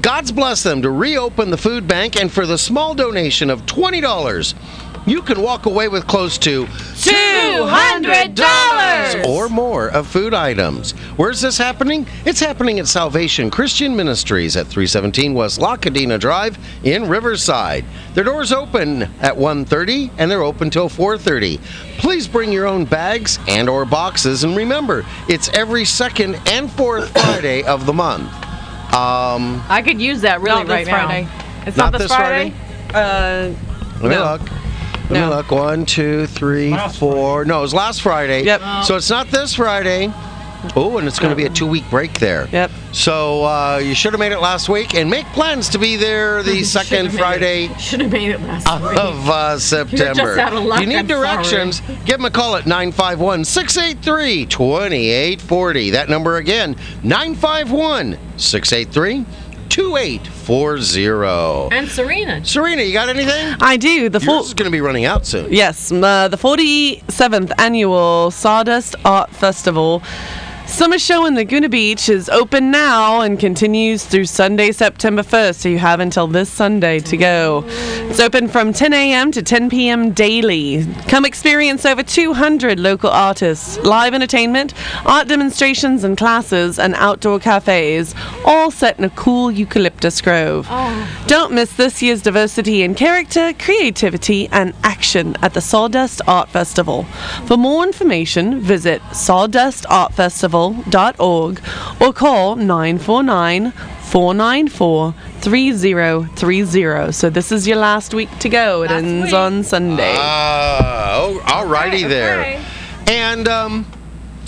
S1: God's bless them to reopen the food bank, and for the small donation of $20, you can walk away with close to
S3: $200.
S1: or more of food items. Where's this happening? It's happening at Salvation Christian Ministries at 317 West Lacadena Drive in Riverside. Their doors open at 1:30 and they're open till 4:30. Please bring your own bags and or boxes and remember, it's every second and fourth Friday of the month. Um
S3: I could use that really
S2: Not
S3: right
S2: this Friday.
S3: now.
S2: It's not, this Friday. Uh,
S1: let me
S2: No.
S1: look. Let me
S2: No.
S1: look. One, two, three, four. No, it was last Friday.
S2: Yep.
S1: So it's not this Friday. Oh, and it's going to be a two week break there.
S2: Yep.
S1: So uh, you should have made it last week and make plans to be there the second Friday
S3: Should have made it last
S2: Ah.
S1: of uh, September.
S3: out of luck,
S1: you need
S3: I'm
S1: directions. Give them a call at 951 683 2840. That number again 951 683 2840.
S3: And Serena.
S1: Serena, you got anything?
S2: I do. The
S1: Yours is going to be running out soon.
S2: Yes, m- uh, the 47th annual Sawdust Art Festival summer show in Laguna Beach is open now and continues through Sunday, September 1st, so you have until this Sunday to go. It's open from 10 a.m. to 10 p.m. daily. Come experience over 200 local artists, live entertainment, art demonstrations and classes, and outdoor cafes, all set in a cool eucalyptus grove. Don't miss this year's diversity in character, creativity, and action at the Sawdust Art Festival. For more information, visit sawdustartfestival.org or call 949 494 3030. So this is your last week to go. It ends on Sunday.
S1: Ah, oh, alrighty
S2: Okay,
S1: there.
S2: okay.
S1: And um,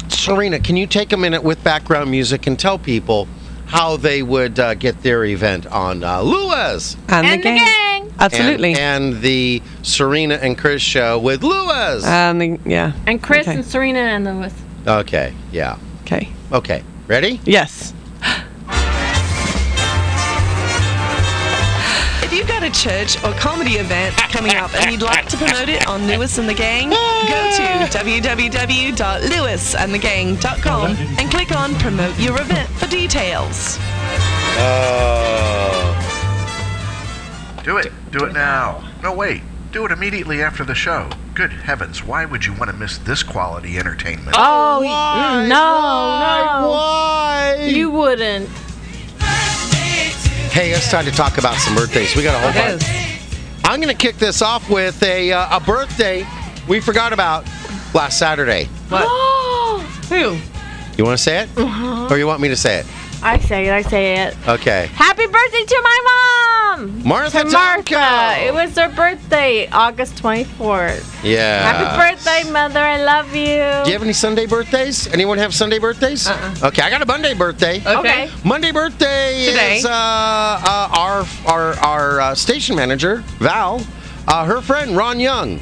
S1: Serena, can you take a minute with background music and tell people how they would uh, get their event on uh, Lewis
S2: and, the, gang. Absolutely.
S1: and, and the Serena and Chris show with Lewis?
S2: And, the- yeah.
S3: And Chris
S2: Okay.
S3: and Serena and Lewis.
S1: okay, yeah,
S2: Okay.
S1: okay, ready?
S2: Yes. If you've got got a church or comedy event coming up and you'd like to promote it on Lewis and the Gang, go to www.lewisandthegang.com and click on Promote Your Event for details.
S8: Do it. Do it now. No, wait. Do it immediately after the show. Good heavens, why would you want to miss this quality entertainment?
S3: Oh, y- mm, no, no.
S1: Why?
S3: You wouldn't.
S1: Hey, it's time to talk about some birthdays. We got a whole
S3: It
S1: bunch. I'm going to kick this off with a uh, a birthday we forgot about last Saturday.
S2: What? Who?
S1: You want to say it,
S3: Uh-huh.
S1: or you want me to say it?
S3: I say it. I say it.
S1: Okay.
S3: Happy birthday to my mom.
S1: Martha
S3: To Martha.
S1: Tomko.
S3: It was her birthday, August 24th.
S1: Yeah.
S2: Uh,
S3: Happy birthday, mother. I love you.
S1: Do you have any Sunday birthdays? Anyone have Sunday birthdays? Uh-uh. Okay, I got a Monday birthday.
S3: Okay.
S1: Monday birthday
S3: Today.
S1: is uh, uh, our our our uh, station manager Val, uh, her friend Ron Young,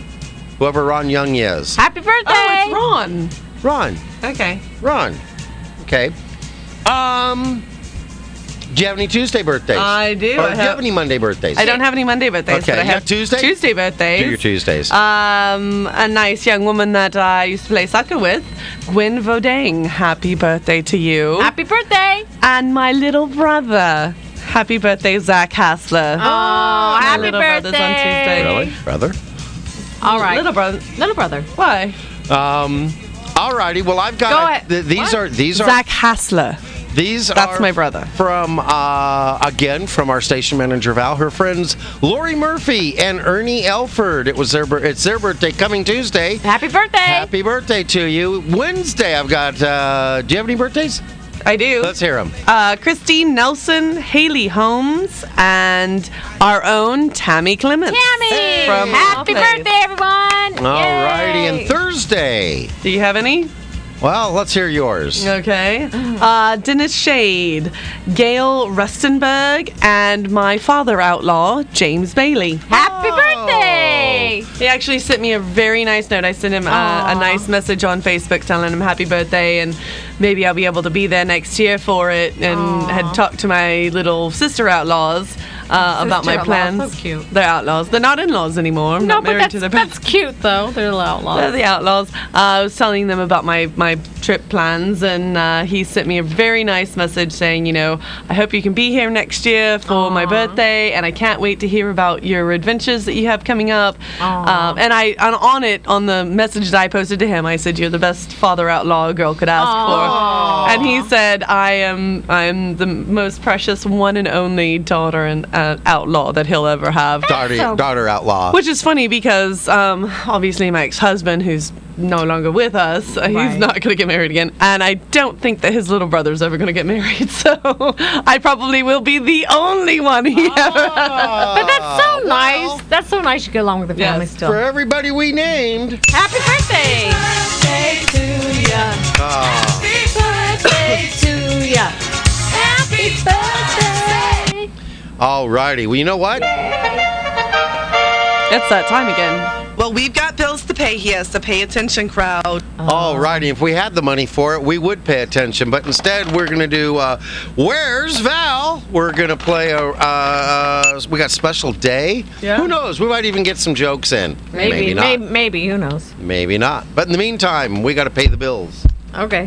S1: whoever Ron Young is.
S3: Happy birthday.
S2: Oh, it's
S1: Ron,
S2: Ron. Okay.
S1: Ron. Okay. Um. Do you have any Tuesday birthdays?
S2: I do.
S1: Or do
S2: I
S1: you
S2: have-
S1: have any Monday birthdays?
S2: I don't have any Monday birthdays,
S1: Okay,
S2: but I
S1: you have
S2: have
S1: Tuesday?
S2: Tuesday birthdays.
S1: Do your Tuesdays.
S2: Um, a nice young woman that I used to play soccer with, Gwen Vodang. Happy birthday to you.
S3: Happy birthday.
S2: and my little brother. Happy birthday, Zach Hassler.
S3: Oh, happy
S2: little brother's on
S3: birthday.
S2: Tuesday.
S1: really, brother.
S3: All right.
S2: Little brother.
S3: Little brother.
S2: Why?
S1: Um. Alrighty. Well, I've got.
S2: Go ahead.
S1: th- these
S2: What?
S1: are these are
S2: Zach Hassler.
S1: These
S2: That's
S1: are
S2: my brother.
S1: From uh, again from our station manager Val, her friends Lori Murphy and Ernie Elford. It was their bir- it's their birthday coming Tuesday.
S3: Happy birthday.
S1: Happy birthday to you. Wednesday I've got. Uh, do you have any birthdays?
S2: I do.
S1: Let's hear them.
S2: Uh, Christine Nelson, Haley Holmes, and our own Tammy Clements.
S3: Tammy.
S2: From
S3: Happy birthday, everyone.
S1: Alrighty, and Thursday.
S2: Do you have any?
S1: Well, let's hear yours.
S2: Okay. Uh, Dennis Shade, Gail Rustenberg, and my father outlaw, James Bailey.
S3: Happy birthday.
S2: He actually sent me a very nice note. I sent him uh, a nice message on Facebook telling him happy birthday and maybe I'll be able to be there next year for it. And had talked to my little sister outlaws uh, about my
S3: Sister-in-law,
S2: plans.
S3: so cute.
S2: They're outlaws. They're not in laws anymore. I'm
S3: No,
S2: not
S3: but
S2: married
S3: that's,
S2: to their
S3: that's cute though. They're little outlaws.
S2: they're the outlaws. Uh, I was telling them about my, my trip plans, and uh, he sent me a very nice message saying, you know, I hope you can be here next year for my birthday, and I can't wait to hear about your adventures that you have coming up. Um, and I and on it on the message that I posted to him, I said, "You're the best father outlaw a girl could ask for," and he said, "I am I am the most precious one and only daughter and uh, outlaw that he'll ever have."
S1: Daughter, daughter outlaw.
S2: Which is funny because um, obviously my ex-husband, who's no longer with us, uh he's not going to get married again, and I don't think that his little brother's ever going to get married. So I probably will be the only one he ever.
S3: but that's so nice. That's so nice. You get along with the family still.
S1: Ah. For everybody we named.
S3: Happy birthday.
S1: Ah.
S3: Happy birthday to ya. Happy birthday.
S1: Alrighty. Well, you know what?
S3: Oh.
S2: It's that time again. Well, we've got bills to pay here, so pay attention, crowd.
S1: Alrighty, if we had the money for it, we would pay attention. But instead, we're going to do uh, Where's Val? We're going to play a. Uh, uh, we got special day.
S3: Yeah.
S1: Who knows? We might even get some jokes in.
S3: Maybe, maybe,
S1: not.
S3: maybe, who knows?
S1: Maybe not. But in the meantime, we got to pay the bills.
S3: Okay.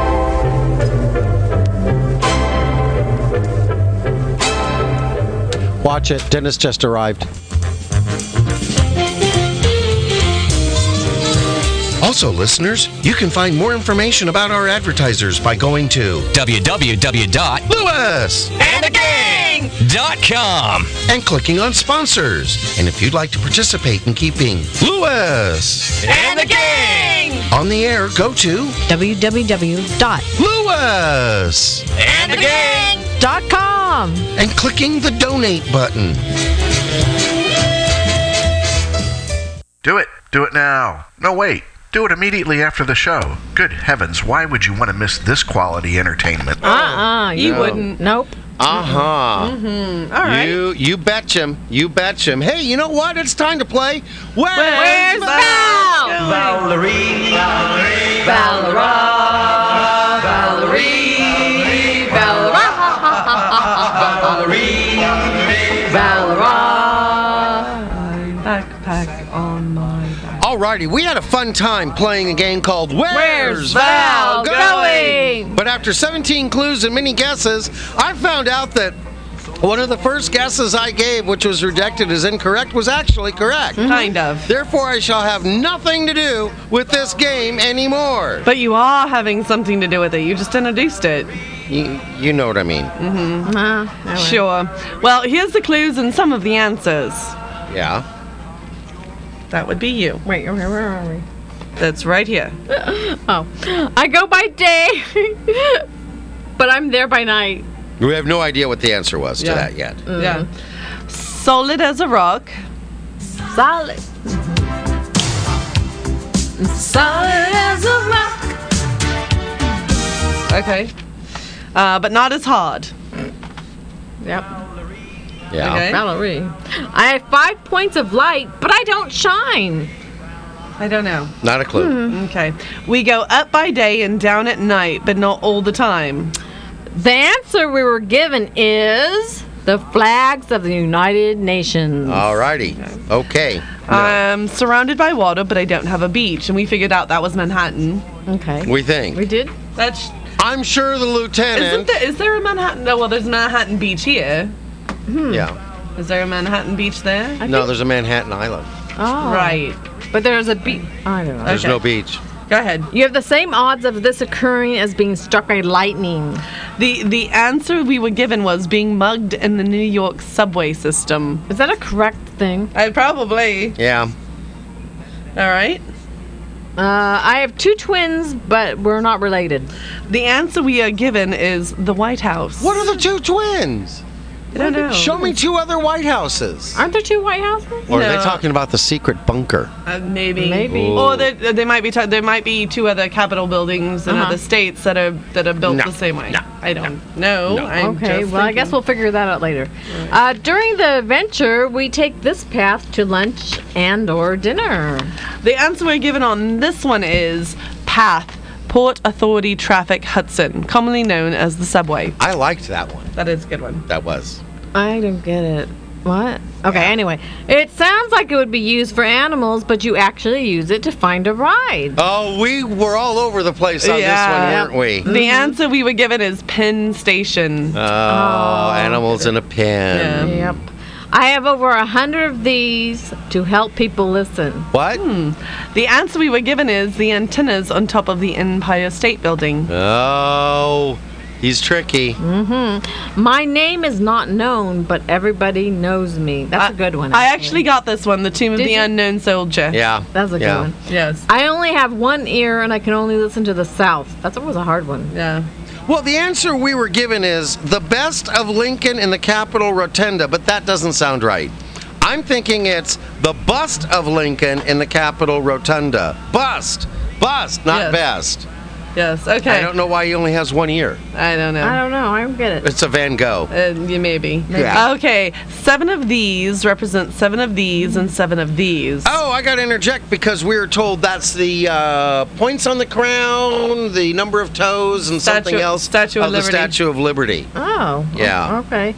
S15: Watch it. Dennis just arrived. Also, listeners, you can find more information about our advertisers by going to www.lewis.com and clicking on sponsors. And if you'd like to participate in keeping Lewis
S16: And the gang!
S15: on the air, go to www.lewis.com
S16: And the gang!
S15: and clicking the donate button.
S8: Do it. Do it now. No, wait. Do it immediately after the show. Good heavens, why would you want to miss this quality entertainment?
S3: Uh-uh. You
S1: No.
S3: wouldn't. Nope.
S1: Uh-huh.
S3: Mm-hmm. All right.
S1: You you bet him. You bet him. Hey, you know what? It's time to play. Where's,
S16: Where's Val?
S1: Valerie?
S16: Valera! Valerie! Valera! Valerie! Valera!
S2: Backpack on my
S1: Alrighty, we had a fun time playing a game called Where's,
S16: Where's Val Going?
S1: But after 17 clues and many guesses, I found out that one of the first guesses I gave, which was rejected as incorrect, was actually correct.
S2: Kind of.
S1: Therefore, I shall have nothing to do with this game anymore.
S2: But you are having something to do with it. You just introduced it.
S1: You, you know what I mean.
S2: Mm-hmm.
S3: Ah,
S2: Sure. Well, here's the clues and some of the answers.
S1: Yeah.
S2: That would be you. Wait, where are we? That's right here.
S3: Oh. I go by day, but I'm there by night. Mm.
S1: We have no idea what the answer was to that yet.
S2: Hmm. Yeah. Solid as a rock.
S3: Solid.
S2: Solid as a rock. Okay. Uh, but not as hard.
S3: Yep.
S1: Yeah.
S2: Okay.
S3: Valerie. I have five points of light, but I don't shine.
S2: I don't know.
S1: Not a clue.
S2: Okay. We go up by day and down at night, but not all the time.
S3: The answer we were given is the flags of the United Nations.
S1: Oh. Alrighty. Okay.
S2: I'm surrounded by water, but I don't have a beach. And we figured out that was Manhattan.
S3: Okay.
S1: We think.
S3: We did.
S2: That's.
S1: I'm sure the
S2: Isn't
S1: lieutenant.
S2: there, is there a Manhattan? No, well, there's Manhattan Beach here. Hmm.
S1: Yeah.
S2: Is there a Manhattan Beach there?
S1: No, there's a Manhattan Island.
S3: Oh.
S2: Right.
S3: But there's a beat. I don't know.
S1: There's no beach.
S2: Go ahead.
S3: You have the same odds of this occurring as being struck by lightning.
S2: The the answer we were given was being mugged in the New York subway system.
S3: Is that a correct thing?
S2: I probably.
S1: Yeah.
S2: All right.
S3: Uh, I have two twins, but we're not related.
S2: The answer we are given is the White House.
S1: What are the two twins?
S2: I don't know.
S1: Show me two other White Houses.
S3: Aren't there two White Houses?
S1: Or are
S2: No.
S1: they talking about the secret bunker?
S2: Uh, maybe.
S3: Maybe.
S1: Ooh.
S2: Or there, there might be t- there might be two other Capitol buildings in
S3: Uh-huh.
S2: other states that are that are built
S1: No,
S2: the same way.
S1: no,
S2: I don't know. I'm
S3: okay,
S2: just
S3: well, I guess
S2: thinking.
S3: we'll figure that out later. Uh, during the adventure, we take this path to lunch and or dinner.
S2: the answer we're given on this one is path. Port Authority Traffic Hudson, commonly known as the subway.
S1: I liked that one.
S2: That is a good one.
S1: That was.
S3: I don't get it. What? Okay, anyway. It sounds like it would be used for animals, but you actually use it to find a ride.
S1: Oh, we were all over the place on
S2: Yeah.
S1: this one, weren't we?
S2: The
S3: Mm-hmm.
S2: answer we were given is Penn Station.
S1: Oh, animals in a pen.
S3: Yep. I have over a hundred of these to help people listen.
S1: What?
S2: The answer we were given is the antennas on top of the Empire State Building.
S1: Uh. Oh, he's tricky.
S3: Mm-hmm. My name is not known, but everybody knows me. That's a good one.
S2: I actually got this one, the Tomb of
S3: Did
S2: the
S3: you?
S2: Unknown Soldier.
S1: Yeah.
S3: That's a good one.
S2: Yes.
S3: I only have one ear and I can only listen to the south. That was a hard one.
S2: Yeah.
S1: Well, the answer we were given is the best of Lincoln in the Capitol Rotunda, but that doesn't sound right. I'm thinking it's the bust of Lincoln in the Capitol Rotunda. Bust, bust, not
S2: Yes.
S1: best.
S2: Yes. Okay.
S1: I don't know why he only has one ear.
S2: I don't know.
S3: I don't know. I don't get it.
S1: It's a Van Gogh.
S2: Uh, yeah, maybe.
S1: Yeah.
S2: Okay. Seven of these represent seven of these and seven of these.
S1: Oh, I got to interject because we were told that's the uh, points on the crown, the number of toes, and something
S3: Statue-
S1: else
S3: Statue of
S1: of, the
S3: Liberty.
S1: Statue of Liberty.
S3: Oh.
S1: Yeah.
S3: Okay.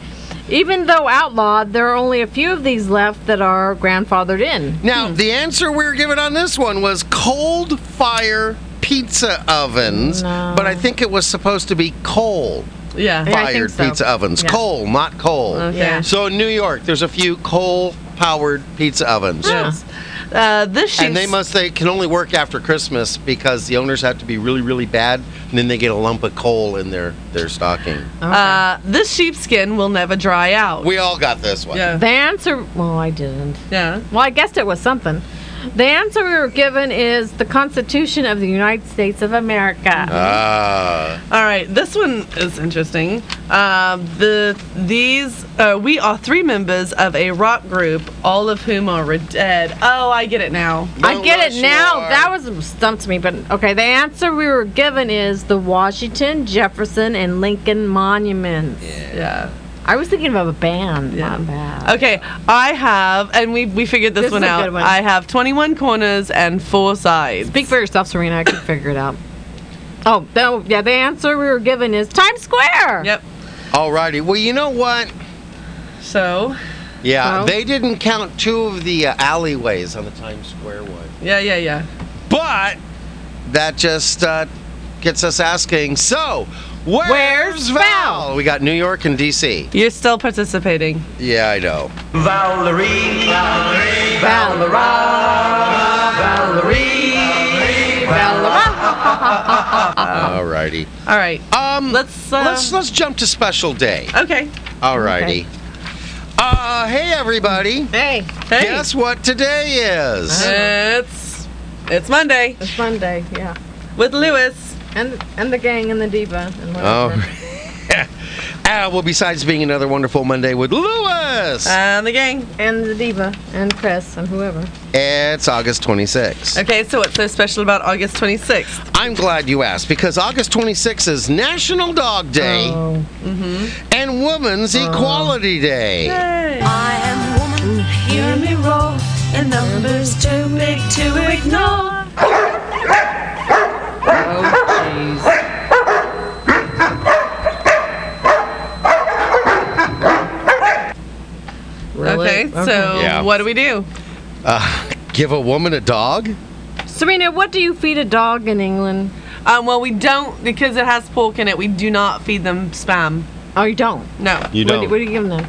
S3: Even though outlawed, there are only a few of these left that are grandfathered in.
S1: Now, the answer we were given on this one was cold fire pizza ovens, but I think it was supposed to be coal.
S2: Yeah.
S1: Fired pizza ovens. Coal, not coal.
S2: Okay. Yeah.
S1: So in New York, there's a few coal powered pizza ovens.
S2: Yes. Uh, this sheet.
S1: Ah. And they must they can only work after Christmas because the owners have to be really, really bad and then they get a lump of coal in their, their stocking.
S2: Uh, this sheepskin will never dry out.
S1: We all got this one.
S3: The answer. Well, I didn't.
S2: Yeah.
S3: Well, I guessed it was something. The answer we were given is the Constitution of the United States of America.
S1: Uh, Ah.
S2: All right, this one is interesting. Um, the these uh, we are three members of a rock group, all of whom are re- dead. Oh, I get it now.
S3: I get it now. That was stumped me, but okay. The answer we were given is the Washington, Jefferson, and Lincoln monuments.
S2: Yeah.
S3: I was thinking of a band. Yeah. My bad.
S2: Okay, I have, and we we figured this,
S3: This
S2: one
S3: is a
S2: out.
S3: good one.
S2: I have 21 corners and four sides.
S3: Speak for yourself, Serena. I can figure it out. Oh, no, yeah. The answer we were given is Times Square.
S2: Yep.
S1: Alrighty. Well, you know what?
S2: So,
S1: Yeah,
S2: So?
S1: they didn't count two of the uh, alleyways on the Times Square one.
S2: yeah, yeah, yeah.
S1: But that just uh, gets us asking. So, where's, Val? We got New York and D.C.
S2: You're still participating.
S1: Yeah, I know.
S16: Valerie, Valerie, Valerie, Valerie, Valerie.
S1: Alrighty.
S2: All right.
S1: Um,
S2: let's uh,
S1: Let's let's jump to special day.
S2: Okay.
S1: Alrighty. Uh, hey everybody.
S3: Hey.
S2: Hey.
S1: Guess what today is?
S2: It's it's Monday
S3: It's Monday. Yeah.
S2: with Lewis.
S3: And and the gang and the diva. And
S2: Uh-huh.
S3: whatever.
S1: Oh. ah, well, besides being another wonderful Monday with Lewis,
S2: And the gang.
S3: And the diva. And Chris. And whoever.
S2: Uh,
S1: it's August 26th.
S2: Okay, so what's so special about August 26th?
S1: I'm glad you asked because August 26th is National Dog Day
S3: Oh. Mm-hmm.
S1: and Women's Equality Day.
S16: I am woman, hear me roar, and numbers too big to ignore.
S2: Okay, so
S1: Yeah.
S2: what do we do?
S1: Uh, give a woman a dog?
S3: Serena, what do you feed a dog in England?
S2: Um, well, we don't because it has pork in it. We do not feed them spam.
S3: Oh, you don't.
S2: No.
S1: You
S3: What do-
S1: don't.
S3: What do you give them?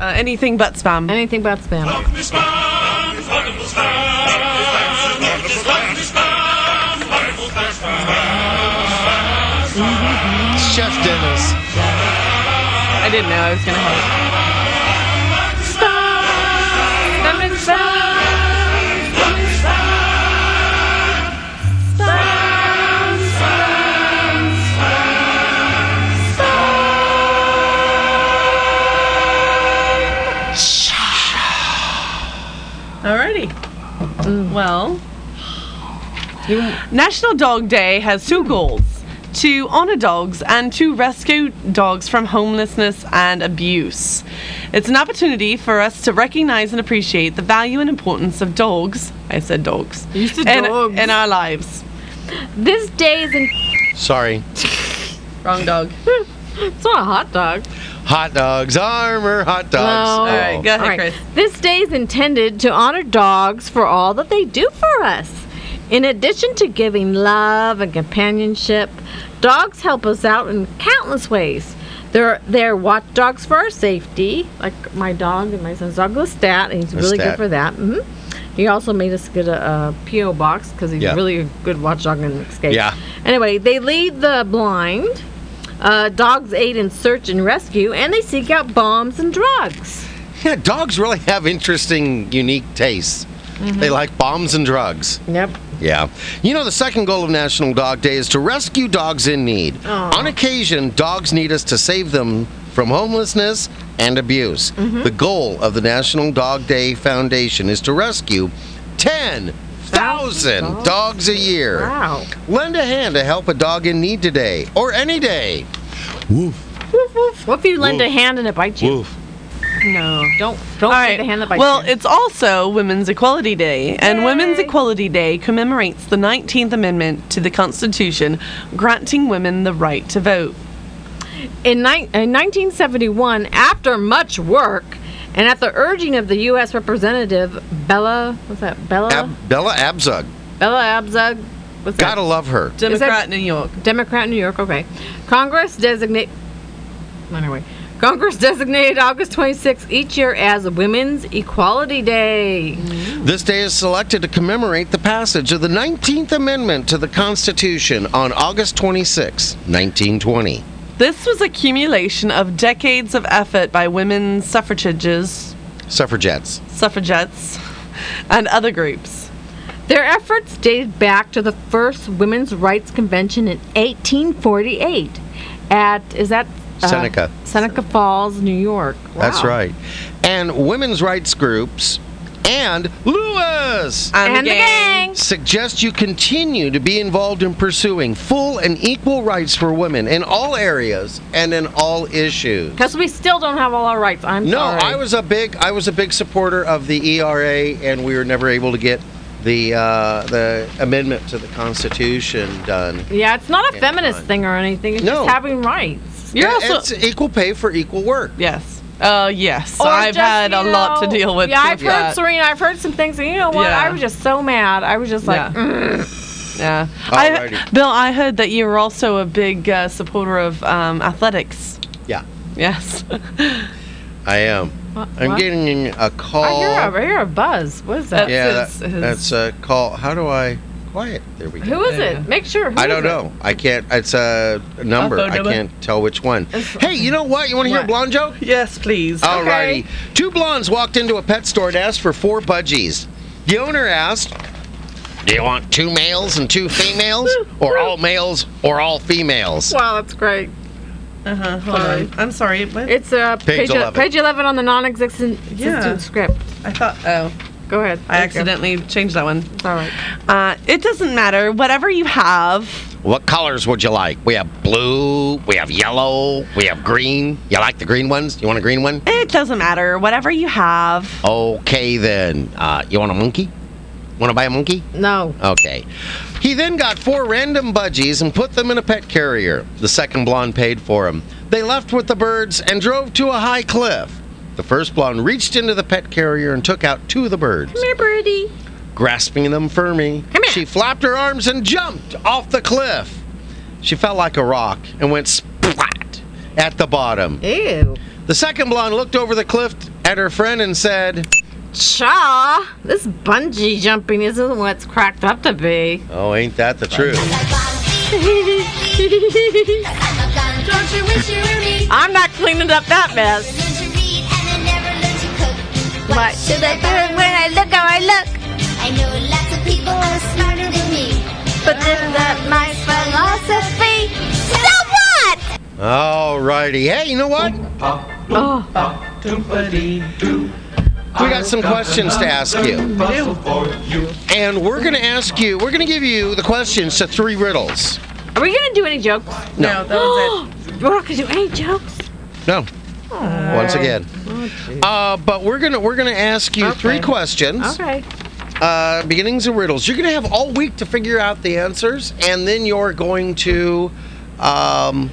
S2: Uh, anything but spam.
S3: Anything but spam.
S1: Chef Dennis.
S2: I didn't know I was gonna have. Alrighty. Well, National Dog Day has two goals to honor dogs and to rescue dogs from homelessness and abuse. It's an opportunity for us to recognize and appreciate the value and importance of dogs. I said dogs.
S3: You said
S2: in,
S3: dogs.
S2: In our lives.
S3: This day is in.
S1: Sorry.
S2: Wrong dog.
S3: it's not a hot dog.
S1: Hot dogs, armor, hot dogs. Oh.
S3: No. All right. This day is intended to honor dogs for all that they do for us. In addition to giving love and companionship, dogs help us out in countless ways. They're they're watchdogs for our safety, like my dog and my son's dog Lestat, and he's really
S5: Lestat.
S3: good for that. hmm He also made us get a, a PO box because he's
S5: Yeah.
S3: really a good watchdog and escape.
S5: Yeah.
S3: Anyway, they lead the blind. Uh, dogs aid in search and rescue, and they seek out bombs and drugs.
S1: Yeah, dogs really have interesting, unique tastes.
S3: Mm-hmm.
S1: They like bombs and drugs.
S3: Yep.
S1: Yeah. You know, the second goal of National Dog Day is to rescue dogs in need.
S15: Aw.
S1: On occasion, dogs need us to save them from homelessness and abuse.
S15: Mhm.
S1: The goal of the National Dog Day Foundation is to rescue 10,000 dogs a year.
S3: Wow.
S1: Lend a hand to help a dog in need today or any day. Woof.
S3: Woof, woof. What if you lend a
S2: Woof.
S3: hand and it bites you?
S1: Woof.
S3: No. Don't don't
S2: All
S3: lend a hand that bites
S2: Well,
S3: you.
S2: it's also Women's Equality Day, and Women's Equality Day commemorates the 19th Amendment to the Constitution, granting women the right to vote.
S3: In, ni- in 1971, after much work and at the urging of the U.S. Representative Bella, what's that? Bella?
S1: Bella Abzug.
S3: Bella Abzug. What's that?
S1: Gotta love her.
S3: Is that-
S1: Democrat
S2: New York.
S3: Democrat New York. Okay. Congress designate. Anyway, Congress designated August 26 each year as Women's Equality Day.
S1: This day is selected to commemorate the passage of the 19th Amendment to the Constitution on August 26, 1920.
S2: This was accumulation of decades of effort by women suffrages,
S1: Suffragettes.
S3: Uh-huh.
S2: suffragettes, and other groups.
S3: Their efforts dated back to the first Women's Rights Convention in 1848 at is that uh,
S1: Seneca.
S3: Seneca Falls, New York.
S1: That's
S3: Wow.
S1: right. And women's rights groups and Lewis
S3: And the And the gang.
S1: suggest you continue to be involved in pursuing full and equal rights for women in all areas and in all issues.
S3: Because we still don't have all our rights. I'm
S1: No,
S3: sorry.
S1: I was a big I was a big supporter of the ERA, and we were never able to get the uh, the amendment to the Constitution done.
S3: Yeah, it's not a
S1: Yeah,
S3: feminist
S1: fine.
S3: thing or anything. It's
S1: No.
S3: just having rights.
S1: You're also it's equal pay for equal work.
S2: Yes. Uh, yes.
S3: Or
S2: I've
S3: just,
S2: had a
S3: you
S2: lot to
S3: know,
S2: deal with.
S3: Yeah, I've
S2: with
S3: heard
S2: that.
S3: Serena. I've heard some things, and you know what?
S2: Yeah.
S3: I was just so mad. I was just like,
S2: Yeah.
S3: "Mm."
S2: Yeah. I,
S1: Alrighty.
S2: Bill, I heard that you were also a big uh, supporter of um, athletics.
S1: Yeah,
S2: Yes.
S1: I am.
S3: What-
S1: I'm
S3: what?
S1: getting a
S3: I
S1: call.
S3: hear a, I hear a buzz. What is that?
S1: Oh. yeah, that- that's a call. How do I quiet? There we go.
S3: Who is it? Make sure. who
S1: I
S3: is
S1: don't
S3: it?
S1: know. I can't. It's a number.
S3: phone
S1: I
S3: number?
S1: can't tell which one. Hey, you know what? You want to hear a blonde joke?
S2: Yes, please.
S1: Alrighty. Two blondes walked into a pet store and asked for four budgies. The owner asked, "Do you want two males and two females, or all males or all females?"
S3: Wow, that's great.
S2: Uh huh. Hold on. I'm sorry. What?
S3: It's uh,
S1: Page
S3: page,
S1: 11.
S3: page 11 on the non existent
S2: Yeah.
S3: script.
S2: I thought. Oh.
S3: Go ahead.
S2: I
S3: There you go.
S2: accidentally changed that one.
S3: All right.
S2: Uh, it doesn't matter. Whatever you have.
S1: What colors would you like? We have blue. We have yellow. We have green. You like the green ones? You want a green one?
S2: It doesn't matter. Whatever you have.
S1: Okay then. Uh, you want a monkey? Want to buy a monkey?
S3: No.
S1: Okay. He then got four random budgies and put them in a pet carrier. The second blonde paid for them. They left with the birds and drove to a high cliff. The first blonde reached into the pet carrier and took out two of the birds.
S3: Come here, birdie.
S1: Grasping them firmly, she flapped her arms and jumped off the cliff. She fell like a rock and went splat at the bottom.
S3: Eh. Ew.
S1: The second blonde looked over the cliff at her friend and said,
S3: Cha! This bungee jumping isn't what's cracked up to be.
S1: Oh, ain't that the truth?
S3: I'm not cleaning up that mess. What should I do when I look how I look?
S16: I know lots of people are smarter than me. But isn't that my philosophy? So what?
S1: Alrighty. Hey, you know what? We got some questions to ask you. And we're going to ask you, we're going to give you the questions to three riddles.
S3: Are we gonna do any jokes?
S1: No. No,
S3: that was it. We're not gonna do any jokes.
S1: No. Once again. Uh, but we're going to we're going to ask you three questions.
S3: Okay.
S1: Uh, beginnings of riddles. You're going to have all week to figure out the answers, and then you're going to, um,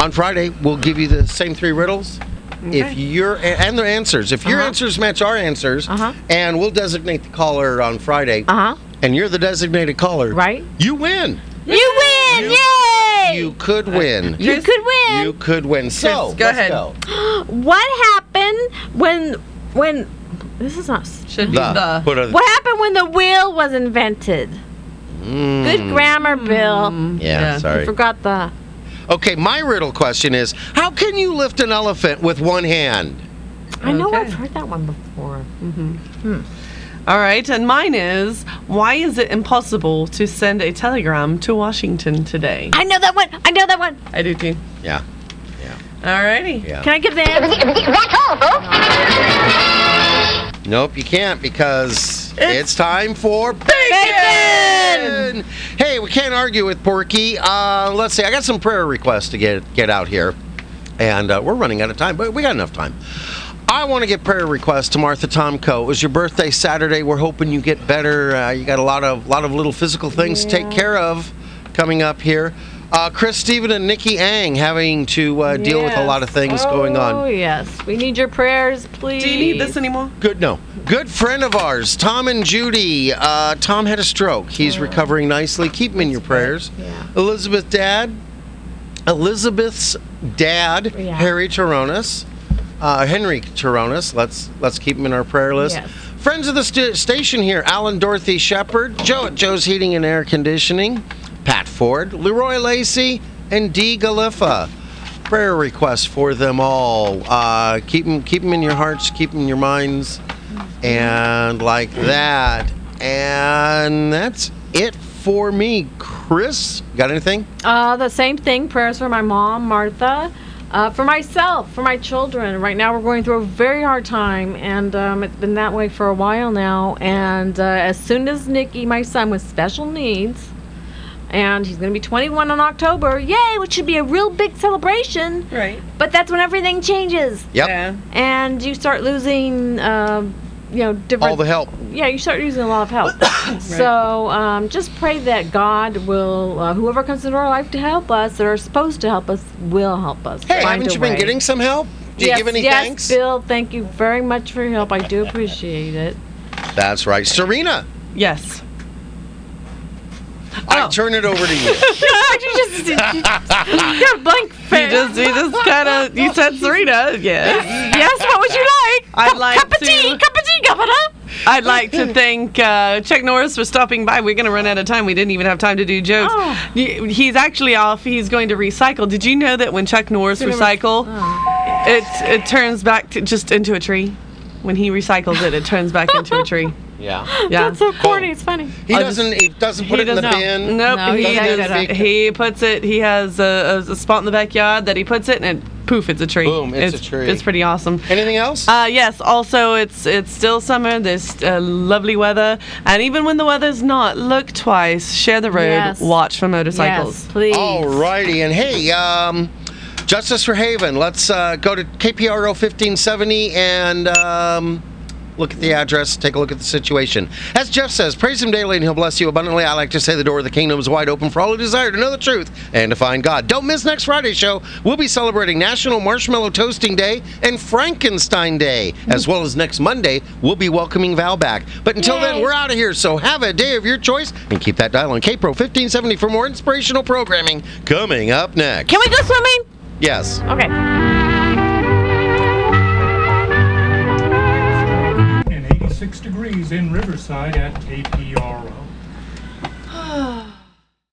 S1: on Friday, we'll give you the same three riddles.
S15: Okay.
S1: If your and their answers, if your answers match our answers, and we'll designate the caller on Friday, uh-huh. and you're the designated caller, right? You win.
S3: You win! Yay!
S1: You could win.
S3: You could win.
S1: You could win. So
S3: Chris, go
S1: let's
S3: ahead.
S1: go.
S3: what happened when when this is not should
S1: be The. the. Put a-
S3: what happened when the wheel was invented? Good
S1: Mm.
S3: grammar, Bill.
S1: Yeah, Yeah. sorry.
S3: You forgot the.
S1: Okay, my riddle question is: How can you lift an elephant with one hand?
S3: I know I've heard that one before. Mm-hmm.
S2: All right, and mine is why is it impossible to send a telegram to Washington today?
S3: I know that one. I know that one.
S2: I do too.
S1: Yeah.
S2: All righty.
S1: Yeah.
S3: Can I give the answer?
S1: Nope, you can't because it's, time for bacon! Hey, we can't argue with Porky. Uh, let's see. I got some prayer requests to get get out here, and uh, we're running out of time, but we got enough time. I want to get prayer requests to Martha Tomko. It was your birthday Saturday. We're hoping you get better. Uh, you got a lot of lot of little physical things to take care of coming up here. Uh, Chris Steven and Nikki Ang having to uh, deal with a lot of things going on.
S3: Oh yes, we need your prayers, please. Do you need this
S2: anymore?
S1: Good, no. Good friend of ours, Tom and Judy. Uh, Tom had a stroke. He's recovering nicely. Keep him in your prayers. Elizabeth Dad. Elizabeth's dad, Harry Taronis. Uh, Henry Taronis. Let's let's keep him in our prayer list.
S15: Yes.
S1: Friends of the st- station here, Alan Dorothy Shepherd, Joe at Joe's Heating and Air Conditioning, Pat Ford, Leroy Lacey, and Dee Galiffa. Prayer requests for them all. Uh, keep them keep 'em in your hearts, keep 'em in your minds, and like that. And that's it for me. Chris, got anything?
S3: Uh, the same thing. Prayers for my mom, Martha, uh, for myself, for my children. Right now, we're going through a very hard time, and um, it's been that way for a while now. And uh, as soon as Nikki, my son with special needs, and he's going to be 21 in October, yay, which should be a real big celebration.
S2: Right.
S3: But that's when everything changes.
S1: Yep.
S3: And you start losing, um you know, different.
S1: All the help.
S3: Yeah, you start using a lot of help. So um, just pray that God will, uh, whoever comes into our life to help us or are supposed to help us, will help us.
S1: Hey,
S3: Find
S1: haven't
S3: a
S1: you been
S3: way.
S1: getting some help? Do you
S3: yes,
S1: give any
S3: yes,
S1: thanks?
S3: Bill, thank you very much for your help. I do appreciate it.
S1: That's right. Serena,
S2: Yes.
S1: I turn it over to you.
S3: you just, you just got a blank face.
S2: You just, you just kind of, you said Serena, yes.
S3: yes, what would you like?
S2: I'd like
S3: cup
S2: to,
S3: of tea, cup of tea, governor.
S2: I'd like to thank uh, Chuck Norris for stopping by. We're going to run out of time. We didn't even have time to do jokes.
S1: Oh.
S2: Y- He's actually off. He's going to recycle. Did you know that when Chuck Norris
S3: Gonna re-
S2: recycle,
S1: Oh.
S2: it it turns back to just into a tree? When he recycles it, it turns back into a tree.
S1: Yeah.
S2: Yeah.
S3: That's so corny. It's funny.
S1: He doesn't. He doesn't put it in the bin.
S2: Nope.
S1: No,
S2: he,
S1: he doesn't
S2: he,
S1: big-
S2: puts it. He has a, a, a spot in the backyard that he puts it, and it, poof, it's a tree.
S1: Boom, it's a tree.
S2: It's pretty awesome.
S1: Anything else?
S2: Uh, yes. Also, it's it's still summer. There's uh, lovely weather, and even when the weather's not, look twice, share the road,
S1: Yes.
S2: watch for motorcycles.
S3: please.
S1: All righty, and hey, um, Justice for Haven. Let's uh, go to KPRO 1570 and um, look at the address. Take a look at the situation. As Jeff says, praise Him daily, and He'll bless you abundantly. I like to say the door of the kingdom is wide open for all who desire to know the truth and to find God. Don't miss next Friday's show. We'll be celebrating National Marshmallow Toasting Day and Frankenstein Day, as well as next Monday we'll be welcoming Val back. But until then, we're out of here. So have a day of your choice and keep that dial on KPRO 1570 for more inspirational programming coming up next.
S3: Can we go swimming?
S1: Yes.
S3: Okay.
S9: and 86 degrees in Riverside at KP.